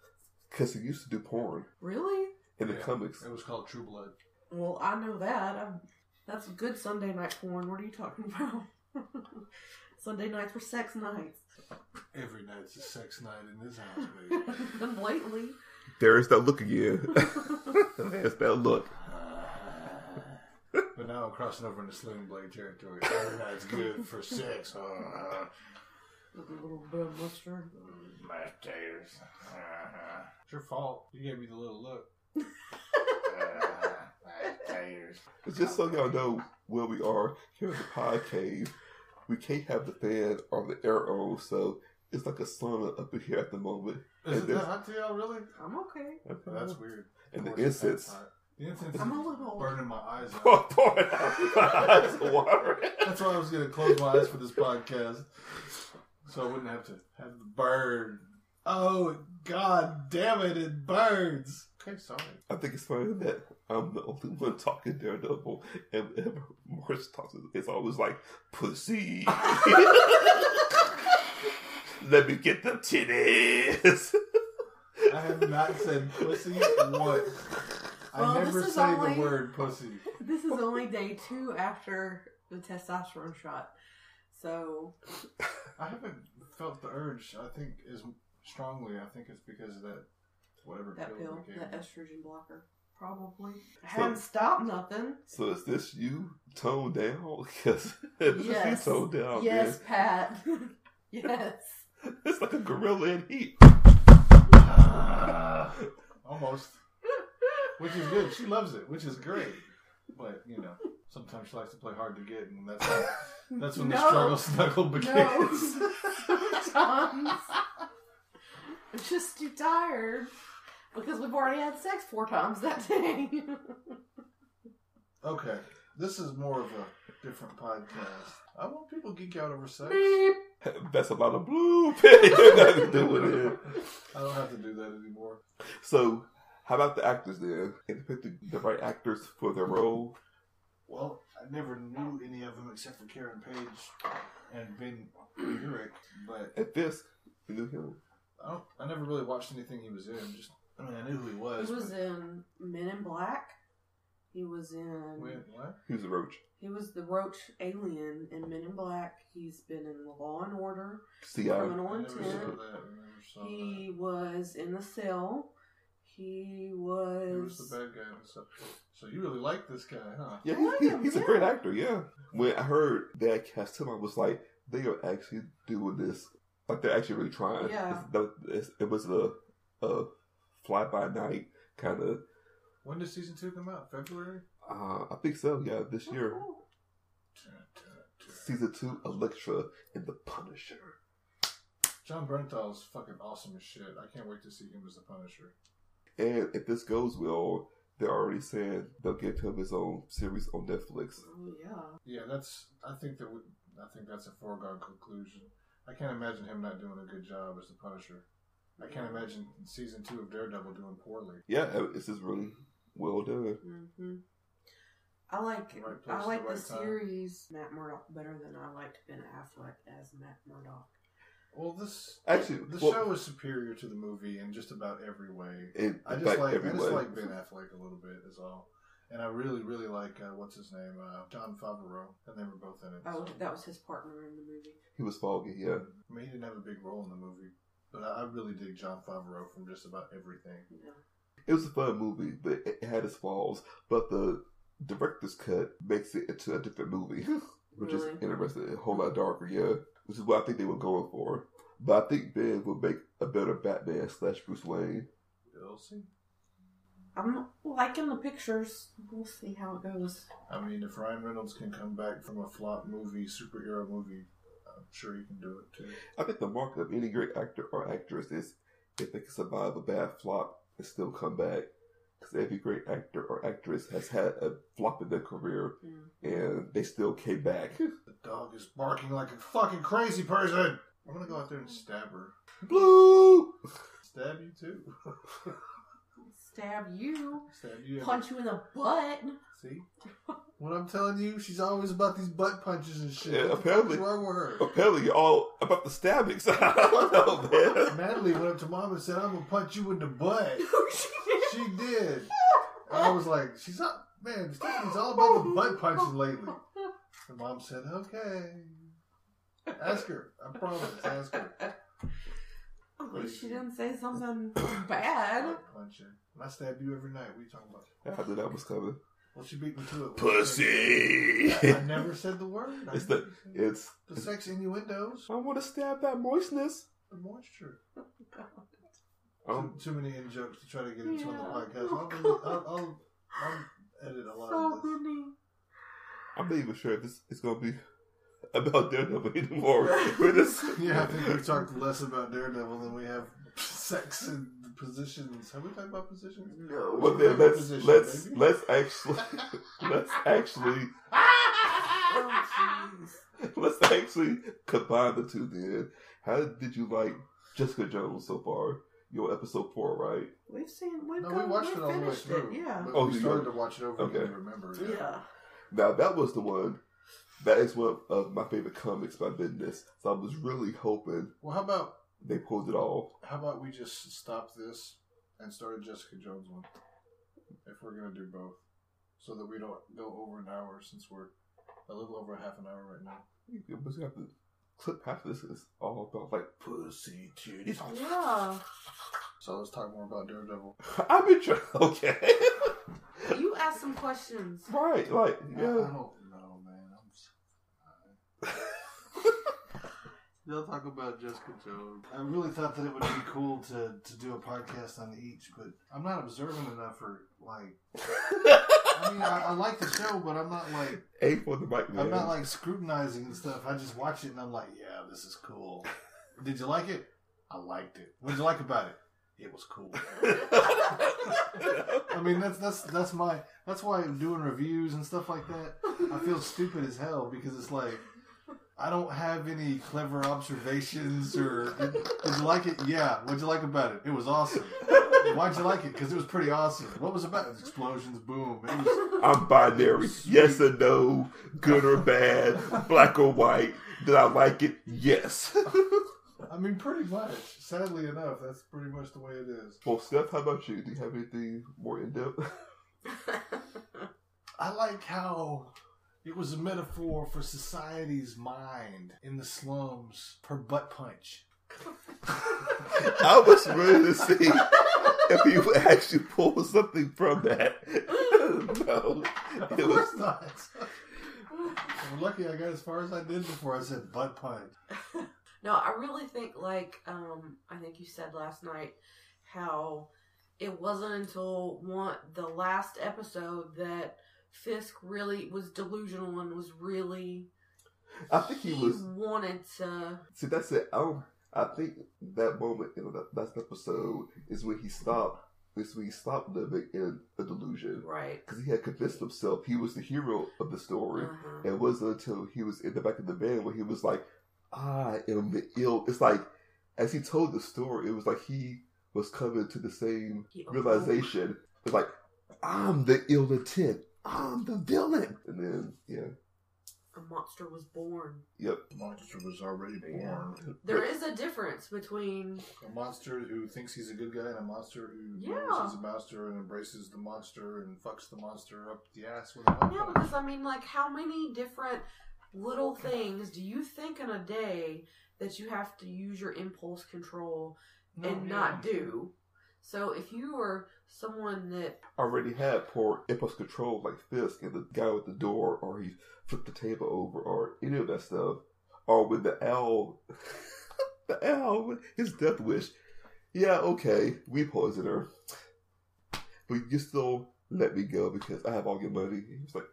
[SPEAKER 7] Because he used to do porn
[SPEAKER 8] Really?
[SPEAKER 7] in the
[SPEAKER 1] Yeah.
[SPEAKER 7] comics.
[SPEAKER 1] It was called True Blood.
[SPEAKER 8] Well, I know that. I've That's good Sunday night porn. What are you talking about? Sunday nights were sex nights.
[SPEAKER 1] Every night's a sex night in this house, baby.
[SPEAKER 8] and lately,
[SPEAKER 7] There is that look again. There's that look.
[SPEAKER 1] but now I'm crossing over into Sling Blade territory. Every night's good for sex. Uh,
[SPEAKER 8] with a little bit of mustard.
[SPEAKER 1] Mm, my taters. Uh, it's your fault. You gave me the little look. Uh-huh. my taters.
[SPEAKER 7] But just so y'all know where we are here at the pod cave, we can't have the fan or the air on, so it's like a sauna up in here at the moment.
[SPEAKER 1] Is
[SPEAKER 7] And
[SPEAKER 1] it that
[SPEAKER 7] there's-
[SPEAKER 1] hot to y'all, really?
[SPEAKER 8] I'm okay.
[SPEAKER 1] That's weird.
[SPEAKER 7] And the
[SPEAKER 1] Of course, it's that
[SPEAKER 7] incense.
[SPEAKER 1] hot. The incense
[SPEAKER 8] I'm a
[SPEAKER 1] is
[SPEAKER 8] little.
[SPEAKER 1] burning my eyes out.
[SPEAKER 7] Pour- pour it out. My eyes are watering.
[SPEAKER 1] That's why I was going to close my eyes for this podcast. So I wouldn't have to have the burn. Oh, god damn it, it burns. Okay, sorry.
[SPEAKER 7] I think it's funny that I'm the only one talking Daredevil, and whenever Marsh talks, it's always like, pussy. Let me get them titties.
[SPEAKER 1] I have not said pussy once.
[SPEAKER 8] Well,
[SPEAKER 1] I never
[SPEAKER 8] this is
[SPEAKER 1] say
[SPEAKER 8] only-
[SPEAKER 1] the word pussy.
[SPEAKER 8] This is only day two after the testosterone shot. So,
[SPEAKER 1] I haven't felt the urge, I think, as strongly. I think it's because of that, whatever pill
[SPEAKER 8] that pill,
[SPEAKER 1] they gave
[SPEAKER 8] that
[SPEAKER 1] me.
[SPEAKER 8] estrogen blocker, probably. Hadn't stopped nothing.
[SPEAKER 7] So is this you toned down? Because this
[SPEAKER 8] Yes.
[SPEAKER 7] is you toned
[SPEAKER 1] Oh,
[SPEAKER 7] down,
[SPEAKER 8] yes, Pat. yes.
[SPEAKER 7] man. It's like a gorilla in heat.
[SPEAKER 1] Almost. Which is good. She loves it, which is great. But, you know, sometimes she likes to play hard to get, and that's, that's when the
[SPEAKER 8] No.
[SPEAKER 1] struggle snuggle begins.
[SPEAKER 8] No. Sometimes. I'm just too tired because we've already had sex four times that day.
[SPEAKER 1] Okay. This is more of a different podcast. I want people to geek out over sex.
[SPEAKER 8] Beep.
[SPEAKER 7] That's a lot of blue pen you're gonna be doing it.
[SPEAKER 1] I don't have to do that anymore.
[SPEAKER 7] So, how about the actors then? Can you pick the, the right actors for their role?
[SPEAKER 1] Well, I never knew any of them except for Karen Page and Ben Urich, but
[SPEAKER 7] At this, you knew him.
[SPEAKER 1] I don't. I never really watched anything he was in. Just I mean, I knew who he was.
[SPEAKER 8] He was
[SPEAKER 1] but-
[SPEAKER 8] in Men in Black. He was in.
[SPEAKER 1] Wait, what?
[SPEAKER 7] He was a roach.
[SPEAKER 8] He was the Roach alien in Men in Black. He's been in Law and Order,
[SPEAKER 7] See, I,
[SPEAKER 8] Criminal
[SPEAKER 1] I never saw that.
[SPEAKER 8] Intent.
[SPEAKER 1] I never saw
[SPEAKER 8] He was in the cell. He was.
[SPEAKER 1] that. He was the bad guy. So, so you really like this guy, huh?
[SPEAKER 7] yeah,
[SPEAKER 8] I
[SPEAKER 7] he,
[SPEAKER 8] like
[SPEAKER 7] he-
[SPEAKER 8] him,
[SPEAKER 7] he's
[SPEAKER 8] yeah.
[SPEAKER 7] a great actor. Yeah. When I heard that cast him, I was like, they are actually doing this. Like they're actually really trying.
[SPEAKER 8] Yeah.
[SPEAKER 7] It's- it's- it was a, a fly by night kind of.
[SPEAKER 1] When did season two come out? February.
[SPEAKER 7] Uh, I think so. Yeah, this year,
[SPEAKER 8] Oh,
[SPEAKER 7] season two, Electra and the Punisher.
[SPEAKER 1] John Bernthal's fucking awesome as shit. I can't wait to see him as the Punisher.
[SPEAKER 7] And if this goes well, they're already saying they'll give him his own series on Netflix.
[SPEAKER 8] yeah.
[SPEAKER 1] Yeah, that's. I think that. We, I think that's a foregone conclusion. I can't imagine him not doing a good job as the Punisher. I can't imagine season two of Daredevil doing poorly.
[SPEAKER 7] Yeah, this is really well done.
[SPEAKER 8] hmm I like
[SPEAKER 1] Right place,
[SPEAKER 8] I like
[SPEAKER 1] the
[SPEAKER 8] the,
[SPEAKER 1] right time.
[SPEAKER 8] series Matt Murdock better than I liked Ben Affleck as Matt Murdock.
[SPEAKER 1] Well, this
[SPEAKER 7] Actually,
[SPEAKER 1] the
[SPEAKER 7] well-
[SPEAKER 1] show is superior to the movie in just about every way.
[SPEAKER 7] In,
[SPEAKER 1] I
[SPEAKER 7] in
[SPEAKER 1] just
[SPEAKER 7] fact,
[SPEAKER 1] like
[SPEAKER 7] every
[SPEAKER 1] I just
[SPEAKER 7] way.
[SPEAKER 1] like Ben Affleck a little bit is all, and I really really like uh, what's his name uh, John Favreau, and they were both in it.
[SPEAKER 8] Oh,
[SPEAKER 1] so-
[SPEAKER 8] that was his partner in the movie.
[SPEAKER 7] he was foggy. Yeah,
[SPEAKER 1] I mean, he didn't have a big role in the movie, but I, I really dig John Favreau from just about everything.
[SPEAKER 8] Yeah.
[SPEAKER 7] it was a fun movie, but it it had its flaws. But the director's cut makes it into a different movie, which
[SPEAKER 8] Really?
[SPEAKER 7] is interesting. A whole lot darker. Yeah, which is what I think they were going for. But I think Ben will make a better Batman slash Bruce Wayne.
[SPEAKER 1] We'll see.
[SPEAKER 8] I'm liking the pictures. We'll see how it goes.
[SPEAKER 1] I mean, if Ryan Reynolds can come back from a flop movie, superhero movie, I'm sure he can do it too.
[SPEAKER 7] I think the mark of any great actor or actress is if they can survive a bad flop and still come back. Because every great actor or actress has had a flop in their career
[SPEAKER 1] Hmm.
[SPEAKER 8] Mm.
[SPEAKER 7] and they still came back.
[SPEAKER 1] The dog is barking like a fucking crazy person. I'm gonna go out there and stab her.
[SPEAKER 7] Blue!
[SPEAKER 1] Stab you too.
[SPEAKER 8] Stab you,
[SPEAKER 1] stab you. in
[SPEAKER 8] punch you in the butt.
[SPEAKER 1] the- See? What I'm telling you, she's always about these butt punches and shit. What the
[SPEAKER 7] Yeah,
[SPEAKER 1] fuck is
[SPEAKER 7] apparently.
[SPEAKER 1] wrong with her?
[SPEAKER 7] Apparently, you're all about the stabbings. I don't know, man.
[SPEAKER 1] Natalie went up to mom and said, "I'm gonna punch you in the butt."
[SPEAKER 8] she did.
[SPEAKER 1] She did. And I was like, "She's not." Man, Stephanie's all about the butt punching lately. And mom said, okay. Ask her. I promise. Ask her.
[SPEAKER 8] At least she didn't say something bad.
[SPEAKER 1] Butt punching. And I stab you every night. What are you talking about?
[SPEAKER 7] I knew that was coming.
[SPEAKER 1] Well, she beat me to it.
[SPEAKER 7] Pussy.
[SPEAKER 1] I never said the word. I
[SPEAKER 7] It's the it's.
[SPEAKER 1] the sex innuendos,
[SPEAKER 7] I want to stab that moistness.
[SPEAKER 1] the moisture.
[SPEAKER 7] Um,
[SPEAKER 1] too, too many in jokes to try to get into on the
[SPEAKER 8] Yeah.
[SPEAKER 1] podcast. I'll, really, I'll, I'll, I'll edit a lot
[SPEAKER 8] So
[SPEAKER 1] of this.
[SPEAKER 8] many.
[SPEAKER 7] I'm not even sure if this is gonna be about Daredevil anymore. We're just
[SPEAKER 1] Yeah, I think we've talked less about Daredevil than we have sex and positions. Have we talked about positions?
[SPEAKER 7] No, but then let's
[SPEAKER 1] Position,
[SPEAKER 7] let's
[SPEAKER 1] baby.
[SPEAKER 7] let's actually let's actually
[SPEAKER 8] Oh, jeez.
[SPEAKER 7] let's actually combine the two. Then, how did you like Jessica Jones so far? Your episode four, right?
[SPEAKER 8] We've seen. We've
[SPEAKER 1] No,
[SPEAKER 8] gone,
[SPEAKER 1] we watched
[SPEAKER 8] we've
[SPEAKER 1] it all the way
[SPEAKER 8] finished
[SPEAKER 1] through.
[SPEAKER 8] It, yeah.
[SPEAKER 1] But
[SPEAKER 7] Oh,
[SPEAKER 1] we
[SPEAKER 7] you-
[SPEAKER 1] started to watch it over. and
[SPEAKER 7] okay.
[SPEAKER 1] didn't remember it.
[SPEAKER 8] Yeah.
[SPEAKER 7] Now that was the one. That is one of my favorite comics by Bendis. So I was really hoping
[SPEAKER 1] Well, how about
[SPEAKER 7] they pulled it off.
[SPEAKER 1] how about we just stop this and start a Jessica Jones one if we're gonna do both, so that we don't go over an hour since we're a little over half an hour right now.
[SPEAKER 7] You just have to clip half of this is all about like pussy titties.
[SPEAKER 8] Yeah.
[SPEAKER 1] So let's talk more about Daredevil.
[SPEAKER 7] I've been trying. Okay,
[SPEAKER 8] You asked some questions.
[SPEAKER 7] right? Like
[SPEAKER 1] I
[SPEAKER 7] yeah.
[SPEAKER 1] don't know, man. I'm so They'll talk about Jessica Jones. I really thought that it would be cool to, to do a podcast on each, but I'm not observant enough for like. Uh-huh. I mean, I, I like the show, but I'm not like
[SPEAKER 7] A for the mic, man.
[SPEAKER 1] I'm not like scrutinizing and stuff. I just watch it and I'm like, yeah, this is cool. Did you like it? I liked it. What did you like about it? It was cool. I mean, that's that's that's my that's why I'm doing reviews and stuff like that. I feel stupid as hell because it's like I don't have any clever observations or did, did you like it? Yeah. What'd you like about it? It was awesome. Why'd you like it? Because it was pretty awesome. What was it about? Explosions, boom. It was
[SPEAKER 7] I'm binary. Yes or no, good or bad, black or white. Did I like it? Yes.
[SPEAKER 1] I mean, pretty much. Sadly enough, that's pretty much the way it is.
[SPEAKER 7] well, Steph, how about you? Do you have anything more in depth?
[SPEAKER 1] I like how it was a metaphor for society's mind in the slums per butt punch.
[SPEAKER 7] I was ready to see if you would actually pull something from that. no, it
[SPEAKER 1] Of
[SPEAKER 7] was
[SPEAKER 1] course not. I'm lucky I got as far as I did before I said butt punch.
[SPEAKER 8] No, I really think like um I think you said last night how it wasn't until one the last episode that Fisk really was delusional and was really
[SPEAKER 7] I think he was-
[SPEAKER 8] wanted to
[SPEAKER 7] See, that's it. I don't. I think that moment in the last episode is when he stopped. Is when he stopped living in a delusion
[SPEAKER 8] right.
[SPEAKER 7] because he had convinced himself he was the hero of the story.
[SPEAKER 8] Uh-huh.
[SPEAKER 7] It wasn't until he was in the back of the van where he was like, "I am the ill." It's like as he told the story, it was like he was coming to the same
[SPEAKER 8] He-
[SPEAKER 7] realization. It's like I'm the ill intent. I'm the villain. And then yeah,
[SPEAKER 8] A monster was born.
[SPEAKER 7] yep.
[SPEAKER 1] The monster was already
[SPEAKER 8] Yeah.
[SPEAKER 1] born.
[SPEAKER 8] There is a difference between
[SPEAKER 1] A monster who thinks he's a good guy and a monster who knows
[SPEAKER 8] Yeah.
[SPEAKER 1] he's a monster and embraces the monster and fucks the monster up the ass with a butt
[SPEAKER 8] Yeah,
[SPEAKER 1] punch.
[SPEAKER 8] because I mean, like, how many different little things do you think in a day that you have to use your impulse control
[SPEAKER 1] No,
[SPEAKER 8] and
[SPEAKER 1] Oh, yeah.
[SPEAKER 8] not do? So if you are someone that
[SPEAKER 7] already had poor impulse control like Fisk and the guy with the door or he flipped the table over or any of that stuff. Or with the owl the owl with his death wish. Yeah, okay, we poisoned her. But you still let me go because I have all your money. He was like,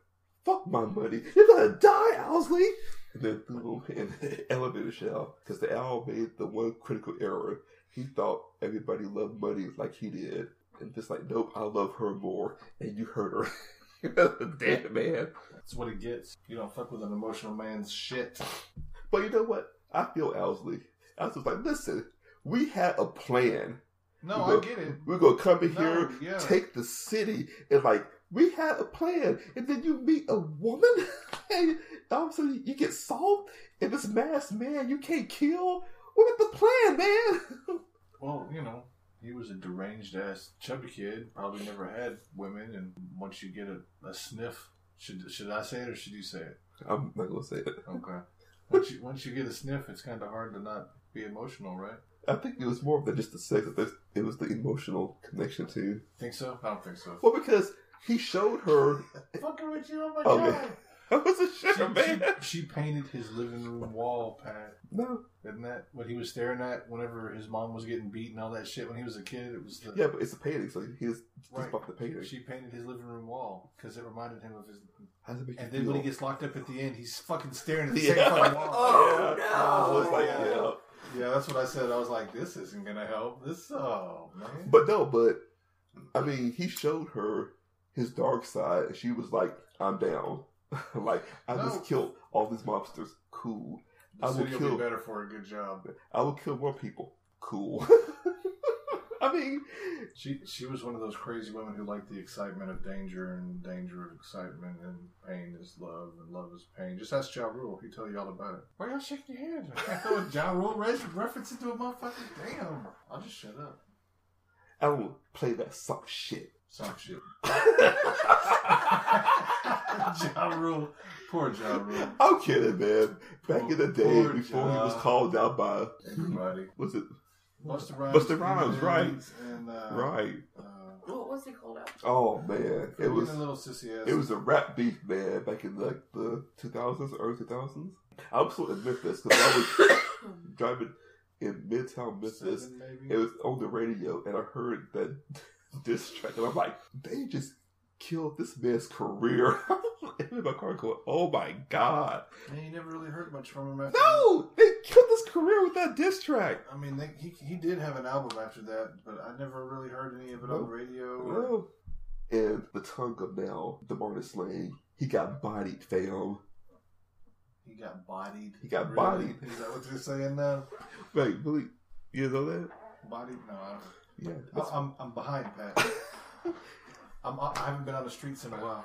[SPEAKER 7] Fuck my money. You're gonna die, Owsley And then threw him in the elevator shell. Because the owl made the one critical error. He thought everybody loved money like he did. And just like, nope, I love her more, and you hurt her. Damn, man.
[SPEAKER 1] That's what it gets. You don't fuck with an emotional man's shit.
[SPEAKER 7] But you know what? I feel Owsley. I was like, listen, we had a plan.
[SPEAKER 1] No,
[SPEAKER 7] We're
[SPEAKER 1] I
[SPEAKER 7] gonna-
[SPEAKER 1] get it.
[SPEAKER 7] We're gonna come in
[SPEAKER 1] No,
[SPEAKER 7] here,
[SPEAKER 1] yeah.
[SPEAKER 7] take the city, and like, we had a plan. And then you meet a woman, and all of a sudden you get soft, and this masked man you can't kill. What about the plan, man?
[SPEAKER 1] Well, you know, He was a deranged ass chubby kid. Probably never had women, and once you get a, a sniff, should should I say it or should you say it?
[SPEAKER 7] I'm not gonna say it.
[SPEAKER 1] Okay. Once you once you get a sniff, it's kind of hard to not be emotional, right?
[SPEAKER 7] I think it was more than just the sex. I think It was the emotional connection to.
[SPEAKER 1] Think so? I don't think so.
[SPEAKER 7] Well, because he showed her.
[SPEAKER 1] Fucking with you, oh my
[SPEAKER 7] Oh,
[SPEAKER 1] god!
[SPEAKER 7] man. I wasn't sure,
[SPEAKER 1] She-
[SPEAKER 7] man.
[SPEAKER 1] She, she painted his living room wall, Pat.
[SPEAKER 7] No.
[SPEAKER 1] Isn't that what he was staring at whenever his mom was getting beat and all that shit when he was a kid? It was the
[SPEAKER 7] Yeah, but it's a painting, so he just, just
[SPEAKER 1] Right.
[SPEAKER 7] bought the painting.
[SPEAKER 1] She painted his living room wall because it reminded him of his.
[SPEAKER 7] How does it make
[SPEAKER 1] And
[SPEAKER 7] you
[SPEAKER 1] then when he
[SPEAKER 7] feel?
[SPEAKER 1] gets locked up at the end, he's fucking staring at the
[SPEAKER 7] Yeah.
[SPEAKER 1] same fucking wall.
[SPEAKER 7] Oh,
[SPEAKER 1] yeah.
[SPEAKER 7] I was like, yeah.
[SPEAKER 1] Yeah, that's what I said. I was like, this isn't gonna help. This, oh man.
[SPEAKER 7] But no, but I mean, he showed her his dark side, and she was like, "I'm down. like I
[SPEAKER 1] No.
[SPEAKER 7] just killed all these mobsters. Cool.
[SPEAKER 1] The
[SPEAKER 7] I will
[SPEAKER 1] city will be
[SPEAKER 7] kill-
[SPEAKER 1] better for a good job.
[SPEAKER 7] I will kill more people. Cool. I mean,
[SPEAKER 1] She she was one of those crazy women who liked the excitement of danger and danger of excitement and pain is love and love is pain. Just ask Ja Rule. He'll tell you all about it. Why y'all shaking your head? I throw a Ja Rule res- reference into a motherfucking damn. I'll just shut up.
[SPEAKER 7] I don't play that soft shit.
[SPEAKER 1] Some shit. ja Rule. Poor Ja Rule.
[SPEAKER 7] I'm kidding, man. Back in the day,
[SPEAKER 1] Poor
[SPEAKER 7] before he was
[SPEAKER 1] Ja.
[SPEAKER 7] called out by
[SPEAKER 1] Everybody.
[SPEAKER 7] was it
[SPEAKER 1] Buster Rhymes.
[SPEAKER 7] Busta Rhymes, right.
[SPEAKER 1] And, uh,
[SPEAKER 7] right?
[SPEAKER 1] Uh,
[SPEAKER 8] What was he called out?
[SPEAKER 7] Oh man, it
[SPEAKER 1] it
[SPEAKER 7] was
[SPEAKER 1] a little sissy ass.
[SPEAKER 7] It was a rap beef, man, back in like the 2000s, early 2000s. I was still in Memphis because I was driving in Midtown Memphis.
[SPEAKER 1] Seven, maybe.
[SPEAKER 7] It was on the radio, and I heard that diss track, and I'm like, they just killed this man's career. I was in my car going, oh my god,
[SPEAKER 1] Man, you never really heard much from him after that.
[SPEAKER 7] no, they killed this career with that diss track.
[SPEAKER 1] I mean, they, he he did have an album after that, but I never really heard any of it on
[SPEAKER 7] Nope.
[SPEAKER 1] radio. or-
[SPEAKER 7] No. And the tongue of now, Demarcus Slane, he got bodied, fam.
[SPEAKER 1] He got bodied.
[SPEAKER 7] He got
[SPEAKER 1] Really?
[SPEAKER 7] bodied.
[SPEAKER 1] Is that what you're saying now?
[SPEAKER 7] Wait, really? You know that?
[SPEAKER 1] Bodied? No, I don't.
[SPEAKER 7] Yeah.
[SPEAKER 1] I- I'm I'm behind Pat. I'm I haven't been on the streets in a while.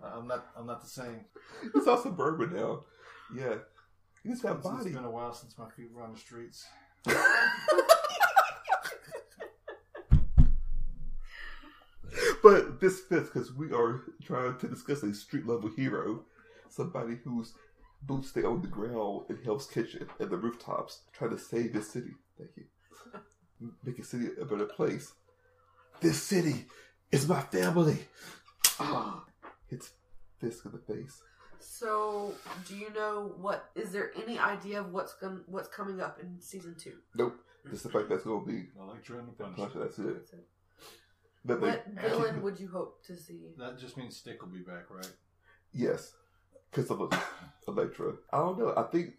[SPEAKER 1] I'm not I'm not the same.
[SPEAKER 7] It's all suburban now. Yeah. He just got
[SPEAKER 1] It's-
[SPEAKER 7] body.
[SPEAKER 1] It's been a while since my feet were on the streets.
[SPEAKER 7] But this fits because we are trying to discuss a street level hero, somebody whose boots stay on the ground in Hell's Kitchen and the rooftops, trying to save this city. Thank you. Make a city a better place. This city is my family. Ah, hits Fisk in the face.
[SPEAKER 8] So, do you know what? Is there any idea of what's going what's coming up in season two?
[SPEAKER 7] Nope. Just the fact that's going to be.
[SPEAKER 1] Electra and the
[SPEAKER 7] Gosh,
[SPEAKER 1] Punisher.
[SPEAKER 7] that's it.
[SPEAKER 8] That's it.
[SPEAKER 7] That they-
[SPEAKER 8] What villain would you hope to see?
[SPEAKER 1] That just means Stick will be back, right?
[SPEAKER 7] Yes, because of Electra. I don't know. I think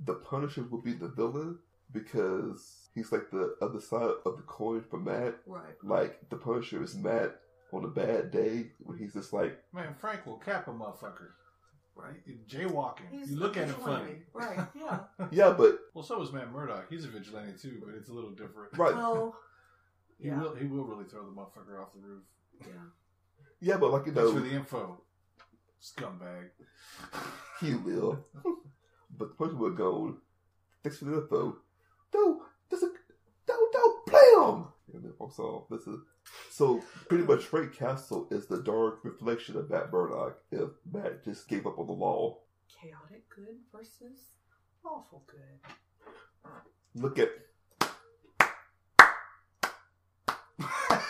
[SPEAKER 7] the Punisher will be the villain because he's like the other side of the coin for Matt.
[SPEAKER 8] Right.
[SPEAKER 7] Like the Punisher is Matt on a bad day when he's just like,
[SPEAKER 1] Man, Frank will cap a motherfucker. Right? Jaywalking.
[SPEAKER 8] He's
[SPEAKER 1] you look at him funny.
[SPEAKER 8] vigilante. Right. Yeah.
[SPEAKER 7] yeah, but
[SPEAKER 1] Well, so is Matt Murdock. He's a vigilante too, but it's a little different.
[SPEAKER 7] right,
[SPEAKER 8] well.
[SPEAKER 1] He
[SPEAKER 8] Yeah.
[SPEAKER 1] will. He will really throw the motherfucker off the roof.
[SPEAKER 7] yeah, but like you
[SPEAKER 1] Thanks for
[SPEAKER 7] know,
[SPEAKER 1] the info, scumbag.
[SPEAKER 7] he will. but the Punisher would go, thanks for the info. No, that's a, don't don't play him. And then also, this is so pretty much. Frank Castle is the dark reflection of Matt Murdock. If Matt just gave up on the law.
[SPEAKER 8] Chaotic good versus awful good.
[SPEAKER 7] Look at.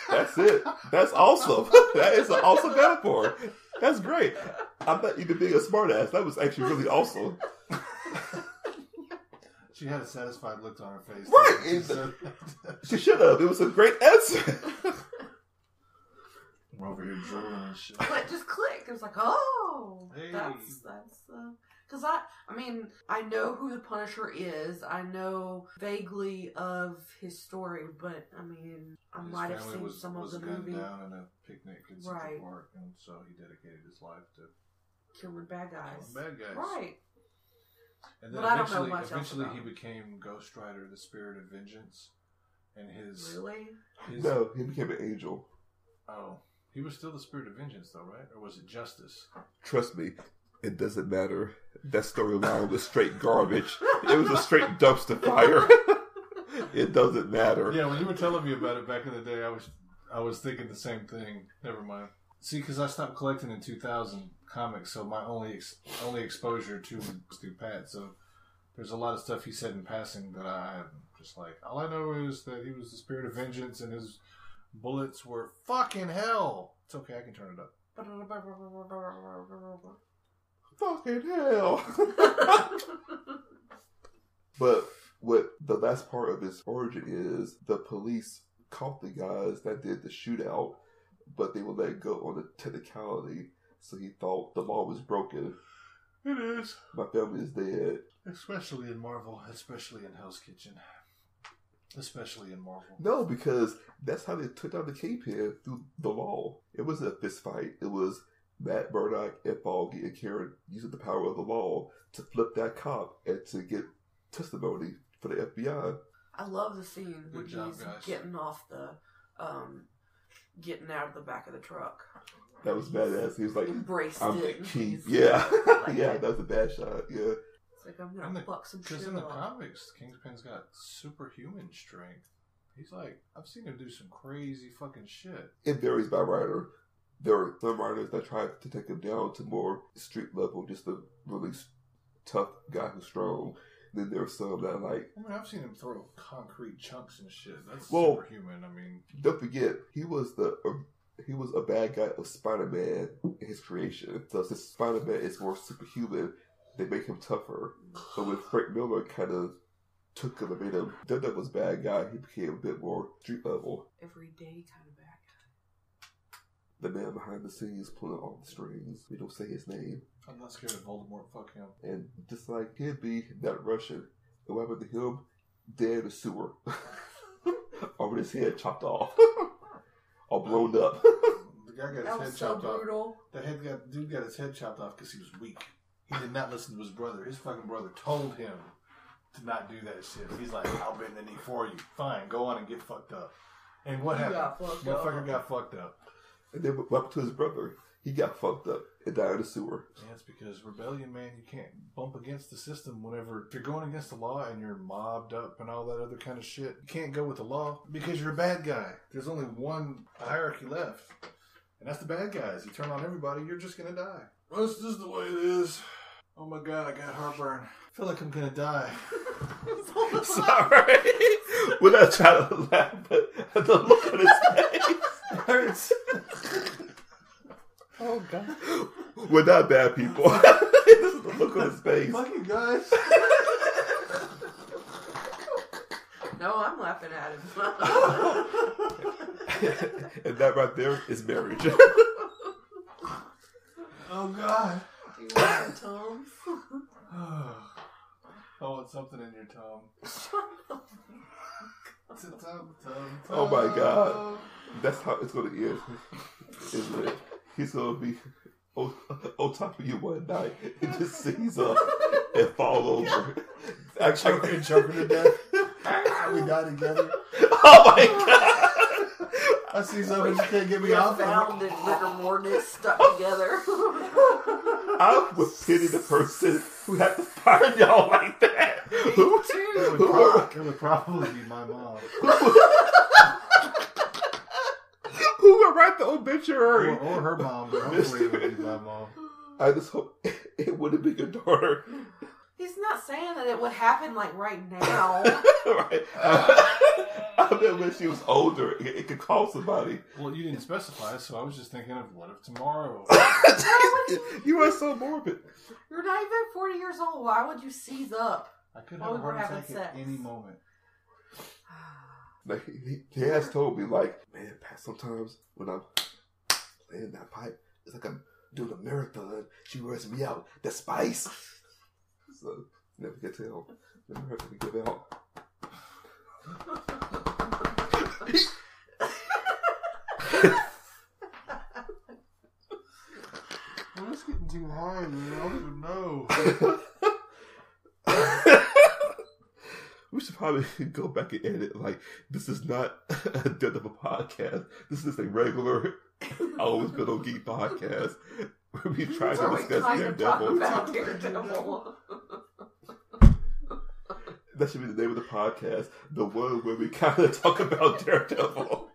[SPEAKER 7] That's it. That's awesome. That is an awesome metaphor. That's great. I'm not even being a smartass. That was actually really awesome.
[SPEAKER 1] She had a satisfied look on her face.
[SPEAKER 7] Right,
[SPEAKER 1] She
[SPEAKER 7] it's-
[SPEAKER 1] said-
[SPEAKER 7] She should have. It was a great answer.
[SPEAKER 1] We're over here drooling and shit.
[SPEAKER 8] But it just clicked. It was like, oh,
[SPEAKER 1] Hey.
[SPEAKER 8] that's that's. Because I, I mean, I know who the Punisher is. I know vaguely of his story, but I mean, I
[SPEAKER 1] His
[SPEAKER 8] might have
[SPEAKER 1] family
[SPEAKER 8] seen
[SPEAKER 1] was,
[SPEAKER 8] some
[SPEAKER 1] was
[SPEAKER 8] of the
[SPEAKER 1] gunned
[SPEAKER 8] movie
[SPEAKER 1] down in a picnic in Central
[SPEAKER 8] Right.
[SPEAKER 1] Park, and so he dedicated his life to
[SPEAKER 8] killing bad guys.
[SPEAKER 1] killing bad guys.
[SPEAKER 8] Right.
[SPEAKER 1] And then
[SPEAKER 8] But I don't know
[SPEAKER 1] eventually,
[SPEAKER 8] much else
[SPEAKER 1] eventually
[SPEAKER 8] about
[SPEAKER 1] he
[SPEAKER 8] him.
[SPEAKER 1] became Ghost Rider, the Spirit of Vengeance, and his
[SPEAKER 8] Really?
[SPEAKER 1] his
[SPEAKER 7] No, he became an angel.
[SPEAKER 1] oh, he was still the Spirit of Vengeance though, right? Or was it Justice?
[SPEAKER 7] Trust me, it doesn't matter. That storyline was straight garbage. It was a straight dumpster fire. It doesn't matter.
[SPEAKER 1] Yeah, when you were telling me about it back in the day, I was I was thinking the same thing. Never mind. See, because I stopped collecting in 2000 comics, so my only ex- only exposure to was through Pat. So there's a lot of stuff he said in passing that I am just like. All I know is that he was the spirit of vengeance, and his bullets were fucking hell. It's okay, I can turn it up.
[SPEAKER 7] Fucking hell. But what the last part of his origin is the police caught the guys that did the shootout, but they were let go on a technicality. So he thought the law was broken.
[SPEAKER 1] it is,
[SPEAKER 7] My family is dead.
[SPEAKER 1] especially in Marvel, especially in Hell's Kitchen, especially in Marvel.
[SPEAKER 7] No, because that's how they took down the Kingpin through the law. It wasn't a fist fight. It was Matt Murdock and Foggy and Karen using the power of the law to flip that cop and to get testimony for the FBI.
[SPEAKER 8] I love the scene when
[SPEAKER 1] Good job,
[SPEAKER 8] he's
[SPEAKER 1] guys.
[SPEAKER 8] getting off the, um, getting out of the back of the truck.
[SPEAKER 7] That was badass. He was like,
[SPEAKER 8] Embraced
[SPEAKER 7] I'm the
[SPEAKER 8] it.
[SPEAKER 7] king.
[SPEAKER 8] He's-
[SPEAKER 7] Yeah.
[SPEAKER 8] like
[SPEAKER 7] yeah,
[SPEAKER 8] it.
[SPEAKER 7] that was a bad shot. Yeah.
[SPEAKER 8] It's like I'm
[SPEAKER 1] And
[SPEAKER 8] gonna
[SPEAKER 1] the-
[SPEAKER 8] fuck some shit
[SPEAKER 1] Because in the
[SPEAKER 8] up.
[SPEAKER 1] comics, Kingpin's got superhuman strength. He's like, I've seen him do some crazy fucking shit.
[SPEAKER 7] It varies by writer. There are some writers that try to take him down to more street level, just a really s- tough guy who's strong. Then there are some that like,
[SPEAKER 1] I mean, I've seen him throw concrete chunks and shit. That's
[SPEAKER 7] Well-
[SPEAKER 1] superhuman. I mean,
[SPEAKER 7] don't forget, he was the uh, he was a bad guy of Spider Man in his creation. So since Spider Man is more superhuman, they make him tougher. So when Frank Miller kind of took him and made him, Daredevil was a bad guy. He became a bit more street level.
[SPEAKER 8] Everyday kind of back.
[SPEAKER 7] The man behind the scenes pulling all the strings. We don't say his name.
[SPEAKER 1] I'm not scared of Voldemort. Fuck him.
[SPEAKER 7] And just like he'd be that Russian, the weapon to him, dead in the sewer. Over his head chopped off. or blown up.
[SPEAKER 1] The guy got
[SPEAKER 8] That
[SPEAKER 1] his
[SPEAKER 8] was
[SPEAKER 1] head
[SPEAKER 8] so
[SPEAKER 1] chopped off.
[SPEAKER 8] brutal.
[SPEAKER 1] The head got dude got his head chopped off because he was weak. He did not listen to his brother. His fucking brother told him to not do that shit. He's like, I'll bend the knee for you. Fine, go on and get fucked up. And what
[SPEAKER 8] He
[SPEAKER 1] happened?
[SPEAKER 8] got fucked up.
[SPEAKER 1] Motherfucker got fucked up.
[SPEAKER 7] and then what happened to his brother? He got fucked up and died in the sewer.
[SPEAKER 1] Yeah, it's because rebellion, man, you can't bump against the system whenever if you're going against the law and you're mobbed up and all that other kind of shit. You can't go with the law because you're a bad guy. There's only one hierarchy left, and that's the bad guys. You turn on everybody, you're just gonna die. Well, this is the way it is. Oh my god, I got heartburn. I feel like I'm gonna die.
[SPEAKER 7] Sorry. We're not trying to laugh, but the look on his face.
[SPEAKER 1] It hurts.
[SPEAKER 10] Oh, God.
[SPEAKER 7] We're not bad people. This is the look on his face.
[SPEAKER 1] Fuck you guys.
[SPEAKER 8] No, I'm laughing at him.
[SPEAKER 7] and that right there is marriage.
[SPEAKER 1] Oh god.
[SPEAKER 8] Do you want some Tums?
[SPEAKER 1] I want Oh, something in your tongue. It's a tongue, tongue,
[SPEAKER 7] Oh my God.
[SPEAKER 1] tongue.
[SPEAKER 7] That's how it's going to end. Isn't it? He's going to be on, on top of you one night and just seize up and fall over. I,
[SPEAKER 1] Choke
[SPEAKER 7] I-
[SPEAKER 1] and choke her to death. we die together.
[SPEAKER 7] oh my God.
[SPEAKER 1] I see something you can't get me
[SPEAKER 8] We are
[SPEAKER 1] off. of
[SPEAKER 8] found
[SPEAKER 1] it.
[SPEAKER 8] in rigor mortis stuck together.
[SPEAKER 7] I would pity the person who had to find y'all like that. Who,
[SPEAKER 1] It
[SPEAKER 7] who
[SPEAKER 1] would,
[SPEAKER 7] were,
[SPEAKER 1] prob- it would probably be my mom.
[SPEAKER 7] who would write the
[SPEAKER 1] Or,
[SPEAKER 7] obituary?
[SPEAKER 1] or her mom, but hopefully it would be my mom.
[SPEAKER 7] I just hope it would have been your daughter.
[SPEAKER 8] He's not saying that it would happen like right now.
[SPEAKER 7] right? I mean, when she was older, it, it could call somebody.
[SPEAKER 1] Well, you didn't specify, so I was just thinking of what if tomorrow?
[SPEAKER 7] you are so morbid.
[SPEAKER 8] You're not even 40 years old. Why would you seize up?
[SPEAKER 1] I could
[SPEAKER 8] Oh,
[SPEAKER 1] have a
[SPEAKER 8] we're
[SPEAKER 1] heart
[SPEAKER 8] having
[SPEAKER 1] attack at
[SPEAKER 8] sex.
[SPEAKER 1] any moment.
[SPEAKER 7] Like he, he has told me, like, man, Pat, sometimes when I'm playing that pipe, it's like I'm doing a marathon. She wears me out. The spice. So never could tell. Never heard me give out.
[SPEAKER 1] Well, it's getting too high, man. I don't know.
[SPEAKER 7] We should probably go back and edit. Like, this is not a death of a podcast. This is a regular, always been on geek podcast. Where we try to
[SPEAKER 8] Where we
[SPEAKER 7] discuss
[SPEAKER 8] kind of talk
[SPEAKER 7] Daredevil.
[SPEAKER 8] about Daredevil.
[SPEAKER 7] That should be the name of the podcast. The one where we kind of talk about Daredevil.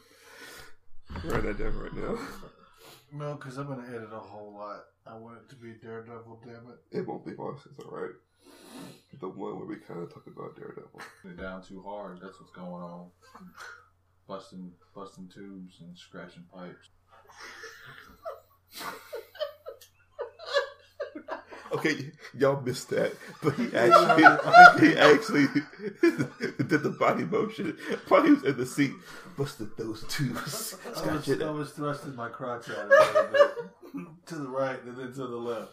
[SPEAKER 7] Write that down right now.
[SPEAKER 1] No, because I'm going to edit a whole lot. I want it to be Daredevil, damn it.
[SPEAKER 7] It won't be much. It's all right. The one where we kind of talk about Daredevil.
[SPEAKER 1] They're down too hard. That's what's going on. Busting, busting tubes and scratching pipes.
[SPEAKER 7] Okay, y'all missed that, but he actually he actually did the body motion while he was in the seat, busted those tubes.
[SPEAKER 1] I was, I was thrusting my crotch out a little bit to the right and then to the left.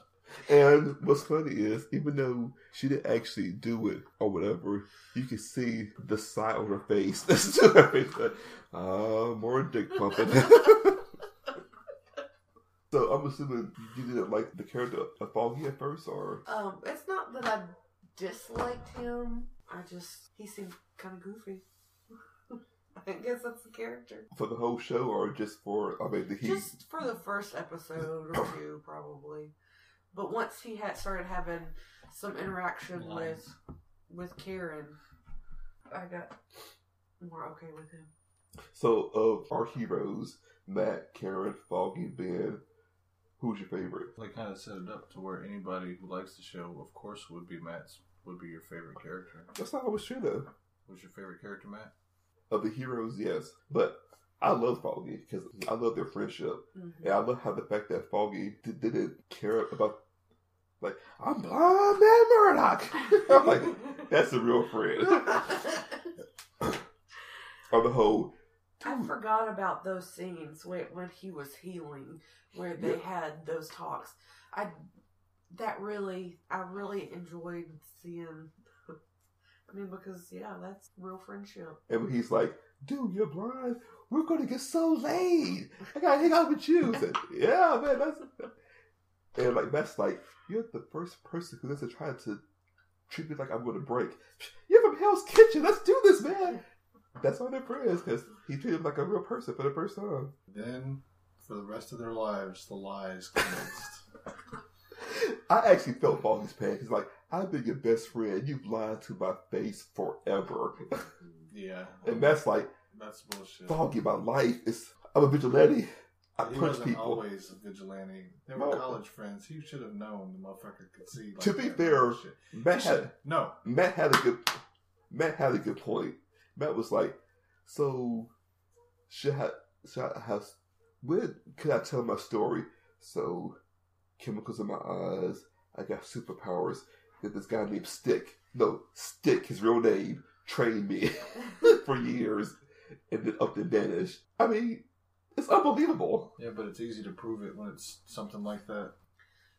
[SPEAKER 7] And what's funny is, even though she didn't actually do it or whatever, you can see the side of her face. That's still her face. Like, uh, more dick pumping. so I'm assuming you didn't like the character of Foggy at first, or
[SPEAKER 8] Um, it's not that I disliked him. I just he seemed kind of goofy. I guess that's the character.
[SPEAKER 7] for the whole show, or just for I mean, the heat.
[SPEAKER 8] Just for the first episode or two, probably. But once he had started having some interaction with with Karen, I got more okay with him.
[SPEAKER 7] So of our heroes, Matt, Karen, Foggy, Ben, who's your favorite?
[SPEAKER 1] They kind of set it up to where anybody who likes the show, of course, would be Matt's, would be your favorite character.
[SPEAKER 7] That's not always true though.
[SPEAKER 1] What's your favorite character, Matt?
[SPEAKER 7] Of the heroes, yes, but I love Foggy because I love their friendship, and I love how the fact that Foggy d- didn't care about. Like I'm blind man Murdoch. I'm
[SPEAKER 8] Mm-hmm.
[SPEAKER 7] like that's a real friend. On the whole,
[SPEAKER 8] I forgot about those scenes when, when he was healing, where they had those talks. I that really, I really enjoyed seeing. I mean, because yeah, that's real friendship.
[SPEAKER 7] and when he's like, "Dude, you're blind. We're gonna get so laid. I gotta hang out with you." I said, yeah, man, that's. And like that's like you're the first person who doesn't try to treat me like I'm gonna break. You're from Hell's Kitchen. Let's do this, man. That's all that prayer is because he treated him like a real person for the first time.
[SPEAKER 1] Then, for the rest of their lives, the lies commenced.
[SPEAKER 7] I actually felt Foggy's pain. He's like, I've been your best friend. You've lied to my face forever.
[SPEAKER 1] yeah,
[SPEAKER 7] and that's like,
[SPEAKER 1] that's bullshit.
[SPEAKER 7] Foggy, my life is. I'm a vigilante. I
[SPEAKER 1] he
[SPEAKER 7] punch
[SPEAKER 1] wasn't
[SPEAKER 7] people.
[SPEAKER 1] always a vigilante. They were
[SPEAKER 7] No.
[SPEAKER 1] college friends. He should have known the motherfucker could see. Like
[SPEAKER 7] To be
[SPEAKER 1] that
[SPEAKER 7] fair,
[SPEAKER 1] bullshit.
[SPEAKER 7] Matt
[SPEAKER 1] He
[SPEAKER 7] had,
[SPEAKER 1] should- no,
[SPEAKER 7] Matt had a good Matt had a good point. Matt was like, so should I, should I have when could I tell my story? So chemicals in my eyes, I got superpowers. That this guy named Stick, no Stick, his real name, trained me for years, and then up and vanished. I mean, it's unbelievable.
[SPEAKER 1] yeah, but it's easy to prove it when it's something like that.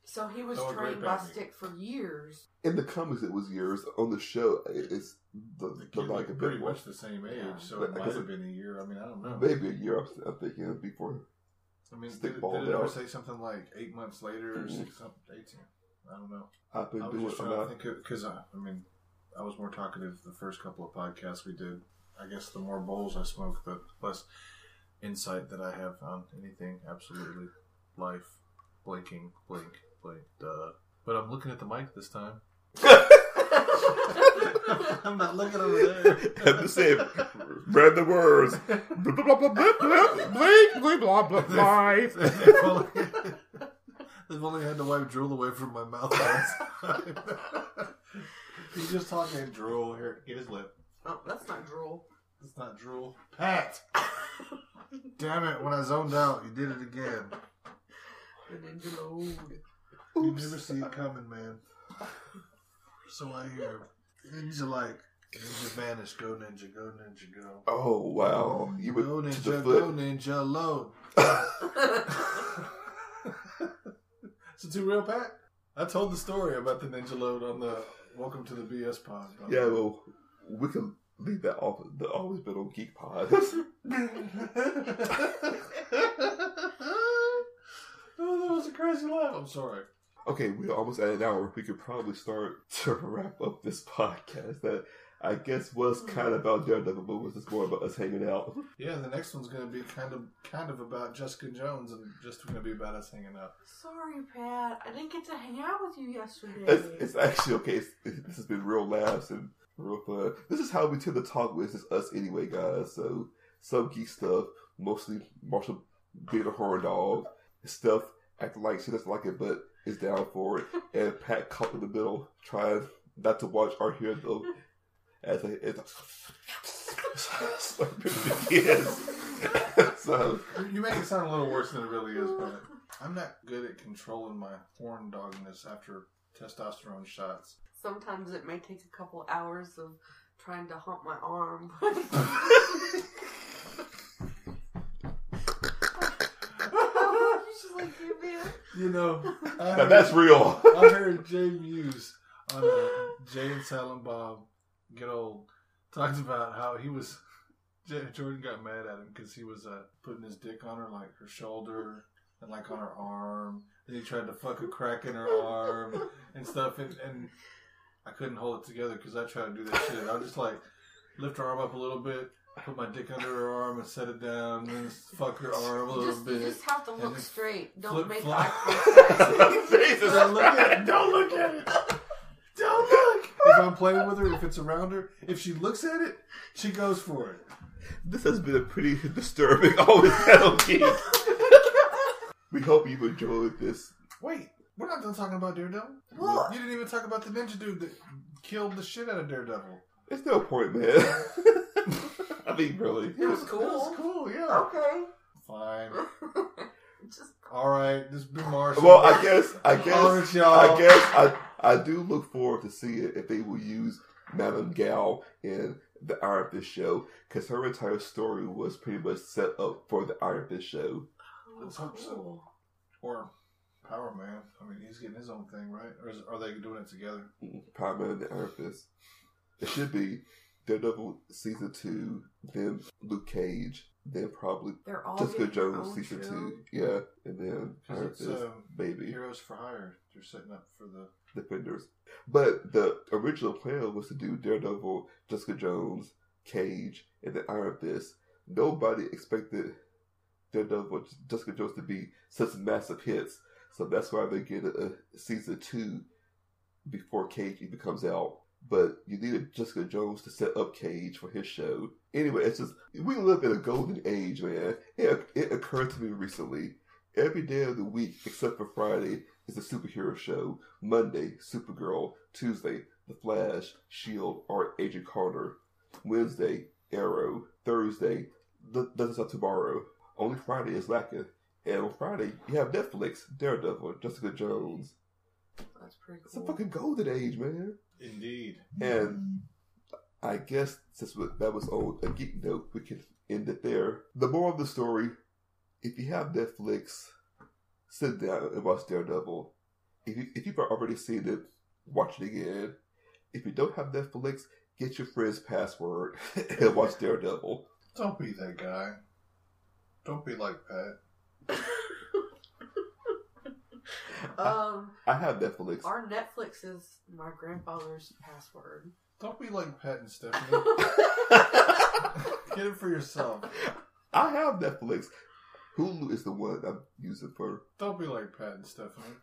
[SPEAKER 8] So he was
[SPEAKER 1] Oh, great
[SPEAKER 8] trained by
[SPEAKER 1] boundary.
[SPEAKER 8] Stick for years.
[SPEAKER 7] In the comics, it was years. On the show, it- it's the,
[SPEAKER 1] The
[SPEAKER 7] the
[SPEAKER 1] kid
[SPEAKER 7] like a
[SPEAKER 1] like
[SPEAKER 7] bit
[SPEAKER 1] pretty
[SPEAKER 7] more-
[SPEAKER 1] much the same age,
[SPEAKER 8] Yeah.
[SPEAKER 1] so it
[SPEAKER 7] Like, I
[SPEAKER 1] might
[SPEAKER 7] guess-
[SPEAKER 1] have been a year. I mean, I don't know.
[SPEAKER 7] maybe a year. I'm, I'm thinking before
[SPEAKER 1] I mean,
[SPEAKER 7] Stick
[SPEAKER 1] did, it-
[SPEAKER 7] balled
[SPEAKER 1] did it ever
[SPEAKER 7] out.
[SPEAKER 1] say something like eight months later or six, something, eighteen? I don't know.
[SPEAKER 7] I've been
[SPEAKER 1] I was
[SPEAKER 7] doing
[SPEAKER 1] just
[SPEAKER 7] a
[SPEAKER 1] trying to
[SPEAKER 7] lot.
[SPEAKER 1] think because I, I mean, I was more talkative the first couple of podcasts we did. I guess the more bowls I smoke, the less insight that I have on anything. Absolutely, life, blinking, blink, blink, duh. But I'm looking at the mic this time. I'm not looking over there.
[SPEAKER 7] I'm just saying, read the words. Blip, blip, blip, blip, blip, blip, blip, blah, blah, blah.
[SPEAKER 1] They've only, they've only had to wipe drool away from my mouth. all the time. He's just talking drool here. Get his lip.
[SPEAKER 8] Oh, that's not drool.
[SPEAKER 1] It's not drool. Pat! Damn it, when I zoned out, you did it again.
[SPEAKER 8] The ninja mode.
[SPEAKER 1] You never see it coming, man. So I hear ninja like ninja vanish, go ninja, go ninja, go.
[SPEAKER 7] Oh, wow. You
[SPEAKER 1] Go
[SPEAKER 7] went to the
[SPEAKER 1] ninja, go
[SPEAKER 7] foot.
[SPEAKER 1] ninja alone. Is it too real, Pat? I told the story about the ninja load on the Welcome to the BS pod.
[SPEAKER 7] Yeah, well, we can leave that off. The always been on Geek Pod.
[SPEAKER 1] oh, that was a crazy laugh. I'm sorry.
[SPEAKER 7] okay, we're almost at an hour. We could probably start to wrap up this podcast. That I guess was
[SPEAKER 1] Hmm.
[SPEAKER 7] kind of about Daredevil, but was just more about us hanging out.
[SPEAKER 1] Yeah, the next one's going to be kind of kind of about Jessica Jones and just going to be about us hanging out.
[SPEAKER 8] Sorry, Pat. I didn't get to hang out with you yesterday.
[SPEAKER 7] It's, it's actually okay. It's, this has been real laughs and real fun. This is how we tend to talk with just us anyway, guys. So some geek stuff, mostly Marshall being a horror dog, stuff acting like she doesn't like it, but is down for it, and Pat caught in the middle trying not to watch our hero though as I as I- slurping begins. so
[SPEAKER 1] You make it sound a little worse than it really is, but I'm not good at controlling my horn dogness after testosterone shots.
[SPEAKER 8] Sometimes it may take a couple hours of trying to hump my arm. but- She's just like, "You man."
[SPEAKER 1] You know, I
[SPEAKER 7] now that's real.
[SPEAKER 1] I heard Jay Muse on uh, Jay and Silent Bob Get Old talked about how he was. Jay, Jordan got mad at him because he was uh, putting his dick on her, like her shoulder and like on her arm. Then he tried to fuck a crack in her arm and stuff. And, and I couldn't hold it together because I tried to do that shit. I just like lift her arm up a little bit. Put my dick under her arm and set it down, and fuck her arm a
[SPEAKER 8] You
[SPEAKER 1] little
[SPEAKER 8] just,
[SPEAKER 1] bit.
[SPEAKER 8] you just have to
[SPEAKER 1] and
[SPEAKER 8] look
[SPEAKER 1] then
[SPEAKER 8] straight.
[SPEAKER 1] flip
[SPEAKER 8] Don't make
[SPEAKER 1] flop.
[SPEAKER 8] eye contact.
[SPEAKER 7] Jesus,
[SPEAKER 1] Don't look at it.
[SPEAKER 7] Christ.
[SPEAKER 1] Don't look at it. Don't look. If I'm playing with her, if it's around her, if she looks at it, she goes for it.
[SPEAKER 7] This has been a pretty disturbing always metal geek. we hope you've enjoyed this.
[SPEAKER 1] Wait, we're not done talking about Daredevil.
[SPEAKER 7] What?
[SPEAKER 1] You didn't even talk about the ninja dude that killed the shit out of Daredevil.
[SPEAKER 7] There's no point, man. I mean, really.
[SPEAKER 8] It was
[SPEAKER 1] That was
[SPEAKER 8] cool.
[SPEAKER 1] cool. Yeah.
[SPEAKER 8] Okay.
[SPEAKER 1] Fine.
[SPEAKER 8] just
[SPEAKER 1] All right. This be Marshall.
[SPEAKER 7] Well, I guess, I guess,
[SPEAKER 1] All right, y'all.
[SPEAKER 7] I guess, I I do look forward to seeing if they will use Madame Gal in the Iron Fist show because her entire story was pretty much set up for the Iron Fist show.
[SPEAKER 1] Let's hope so. Or Power Man. I mean, he's getting his own thing, right? Or is, are they doing it together?
[SPEAKER 7] Power Man and the Iron Fist. It should be Daredevil season two, then Luke Cage, then probably
[SPEAKER 8] They're all
[SPEAKER 7] Jessica
[SPEAKER 8] getting their
[SPEAKER 7] Jones
[SPEAKER 8] own
[SPEAKER 7] season
[SPEAKER 8] show.
[SPEAKER 7] two, yeah, and then
[SPEAKER 1] Because
[SPEAKER 7] Iron
[SPEAKER 1] it's
[SPEAKER 7] Fist,
[SPEAKER 1] um,
[SPEAKER 7] maybe
[SPEAKER 1] Heroes for Hire. They're setting up for the
[SPEAKER 7] Defenders. But the original plan was to do Daredevil, Jessica Jones, Cage, and the Iron Fist. Nobody expected Daredevil, Jessica Jones to be such massive hits, so that's why they get a, a season two before Cage even comes out. But you needed Jessica Jones to set up Cage for his show. Anyway, it's just we live in a golden age, man. It, it occurred to me recently. Every day of the week, except for Friday, is a superhero show. Monday, Supergirl. Tuesday, The Flash, Shield, E or Agent Carter. Wednesday, Arrow. Thursday, Th- Doesn't Stop Tomorrow. Only Friday is lacking. And on Friday, you have Netflix, Daredevil, Jessica Jones.
[SPEAKER 8] That's pretty
[SPEAKER 7] It's a
[SPEAKER 8] cool.
[SPEAKER 7] fucking golden age, man.
[SPEAKER 1] Indeed.
[SPEAKER 7] And I guess since we- that was on a geek note, we can end it there. The moral of the story if you have Netflix, sit down and watch Daredevil. If, you, if you've already seen it, watch it again. If you don't have Netflix, get your friend's password and watch Daredevil.
[SPEAKER 1] Don't be that guy. Don't be like Pat.
[SPEAKER 7] Ah.
[SPEAKER 8] um,
[SPEAKER 7] I have Netflix.
[SPEAKER 8] our Netflix is my grandfather's password.
[SPEAKER 1] Don't be like Pat and Stephanie. Get it for yourself.
[SPEAKER 7] I have Netflix. Hulu is the one I'm using for.
[SPEAKER 1] Don't be like Pat and Stephanie.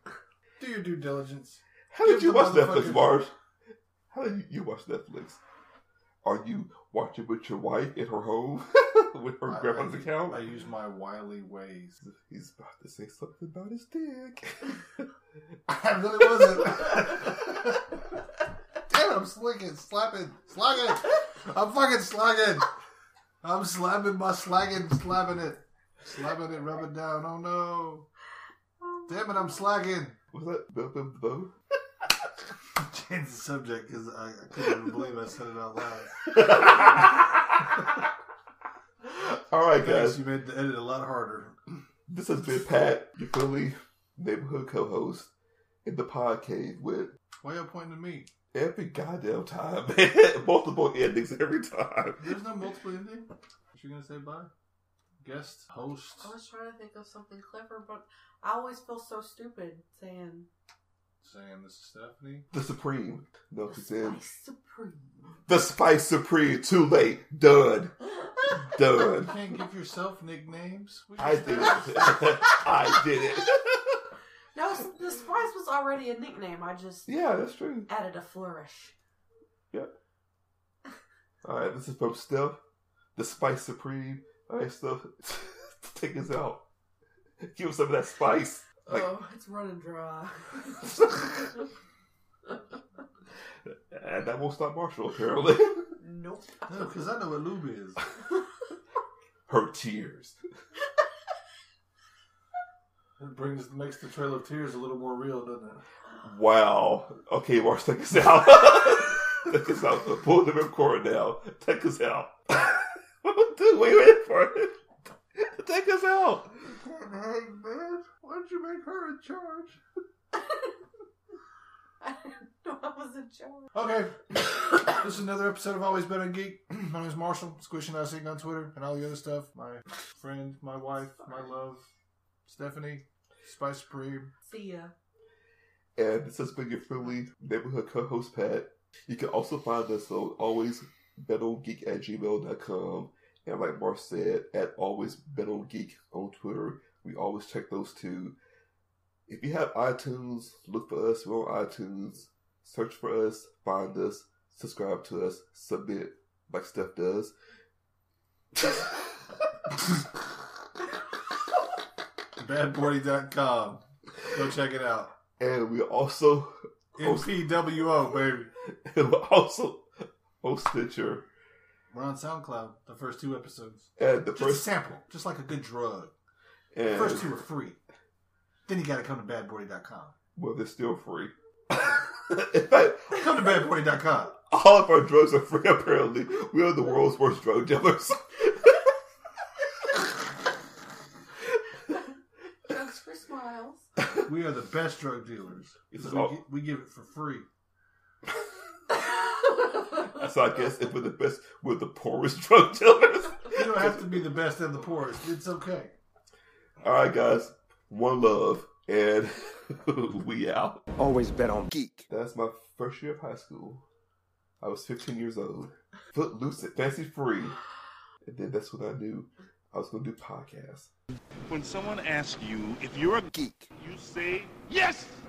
[SPEAKER 1] Do your due diligence.
[SPEAKER 7] How
[SPEAKER 1] Give
[SPEAKER 7] did you
[SPEAKER 1] the
[SPEAKER 7] watch Netflix,
[SPEAKER 1] motherfucker-
[SPEAKER 7] Marge? How did you, you watch Netflix? Are you watching with your wife in her home with her
[SPEAKER 1] I-
[SPEAKER 7] grandma's
[SPEAKER 1] I-
[SPEAKER 7] account?
[SPEAKER 1] I use my wily ways.
[SPEAKER 7] He's about to say something about his dick.
[SPEAKER 1] I really wasn't. Damn it, I'm slicking, slapping, slagging. I'm fucking slagging. I'm slapping my slagging, slapping it. Slapping it, rubbing down. Oh no. Damn it, I'm slagging.
[SPEAKER 7] Was that Bill Bill Bo?
[SPEAKER 1] Change the subject because I, I couldn't even believe I said it out loud.
[SPEAKER 7] All right,
[SPEAKER 1] Thanks,
[SPEAKER 7] guys.
[SPEAKER 1] you made the edit a lot harder.
[SPEAKER 7] This has been Pat, your Philly neighborhood co-host in the podcast with
[SPEAKER 1] Why y'all pointing to me?
[SPEAKER 7] every goddamn time, multiple endings every time.
[SPEAKER 1] There's no multiple ending. What you gonna say bye? Guest, host.
[SPEAKER 8] I was trying to think of something clever, but I always feel so stupid saying
[SPEAKER 1] saying this is Stephanie.
[SPEAKER 7] The Supreme. No,
[SPEAKER 8] The
[SPEAKER 7] she said
[SPEAKER 8] Spice Supreme.
[SPEAKER 7] the Spice Supreme. Too late. Done.
[SPEAKER 1] You
[SPEAKER 7] Done.
[SPEAKER 1] can't give yourself nicknames. We
[SPEAKER 7] I
[SPEAKER 1] just-
[SPEAKER 7] did it. I did it.
[SPEAKER 8] No, s- the Spice was already a nickname. I just
[SPEAKER 7] Yeah, that's true.
[SPEAKER 8] added a flourish.
[SPEAKER 7] All right, this is from Steph, the Spice Supreme. All right, Steph, take us out. Give us some of that spice. Like-
[SPEAKER 8] oh, it's running dry.
[SPEAKER 7] and that won't stop Marshall, apparently.
[SPEAKER 8] nope.
[SPEAKER 1] No, because I know what lube is.
[SPEAKER 7] Her tears.
[SPEAKER 1] It brings makes the Trail of Tears a little more real, doesn't it?
[SPEAKER 7] Wow. Okay, Marshall, take us out. take us out. Pull the ripcord now. Take us out. Dude, wait, wait for it. Take us out.
[SPEAKER 1] Can't hang, man. Why'd you make her in charge?
[SPEAKER 8] no, I was a joke.
[SPEAKER 1] Okay. this is another episode of Always Been on Geek. my name is Marshall, Squishing Ice Geek on Twitter, and all the other stuff. My friend, my wife, my love, Stephanie, Spice Supreme.
[SPEAKER 8] See ya.
[SPEAKER 7] And this has been your friendly neighborhood co host, Pat. You can also find us on always metalgeek at gmail.com. And like Mark said, at always metalgeek on Twitter. We always check those two. If you have iTunes, look for us. We're on iTunes. Search for us, find us, subscribe to us, submit like Steph does.
[SPEAKER 1] Badboy.com. Go check it out.
[SPEAKER 7] and we also
[SPEAKER 1] NPWO, baby.
[SPEAKER 7] and we also on Stitcher.
[SPEAKER 1] We're on SoundCloud, the first two episodes.
[SPEAKER 7] And the
[SPEAKER 1] Just a
[SPEAKER 7] first
[SPEAKER 1] sample, just like a good drug.
[SPEAKER 7] and
[SPEAKER 1] First two are free. Then you gotta come to badboy.com.
[SPEAKER 7] Well, they're still free. In fact,
[SPEAKER 1] Come to badboy.com.
[SPEAKER 7] all of our drugs are free, apparently. We are the world's worst drug dealers.
[SPEAKER 8] Jokes for smiles.
[SPEAKER 1] We are the best drug dealers.
[SPEAKER 7] It's
[SPEAKER 1] We,
[SPEAKER 7] all-
[SPEAKER 1] gi- we give it for free.
[SPEAKER 7] so I guess if we're the best, we're the poorest drug dealers.
[SPEAKER 1] You don't have to be the best and the poorest. It's okay.
[SPEAKER 7] All right, guys. One love, and we out.
[SPEAKER 11] Always bet on geek.
[SPEAKER 7] That's my first year of high school. I was 15 years old. Footloose and fancy free. And then that's when I knew I was going to do podcasts.
[SPEAKER 3] When someone asks you if you're a
[SPEAKER 11] Geek.
[SPEAKER 3] you say yes.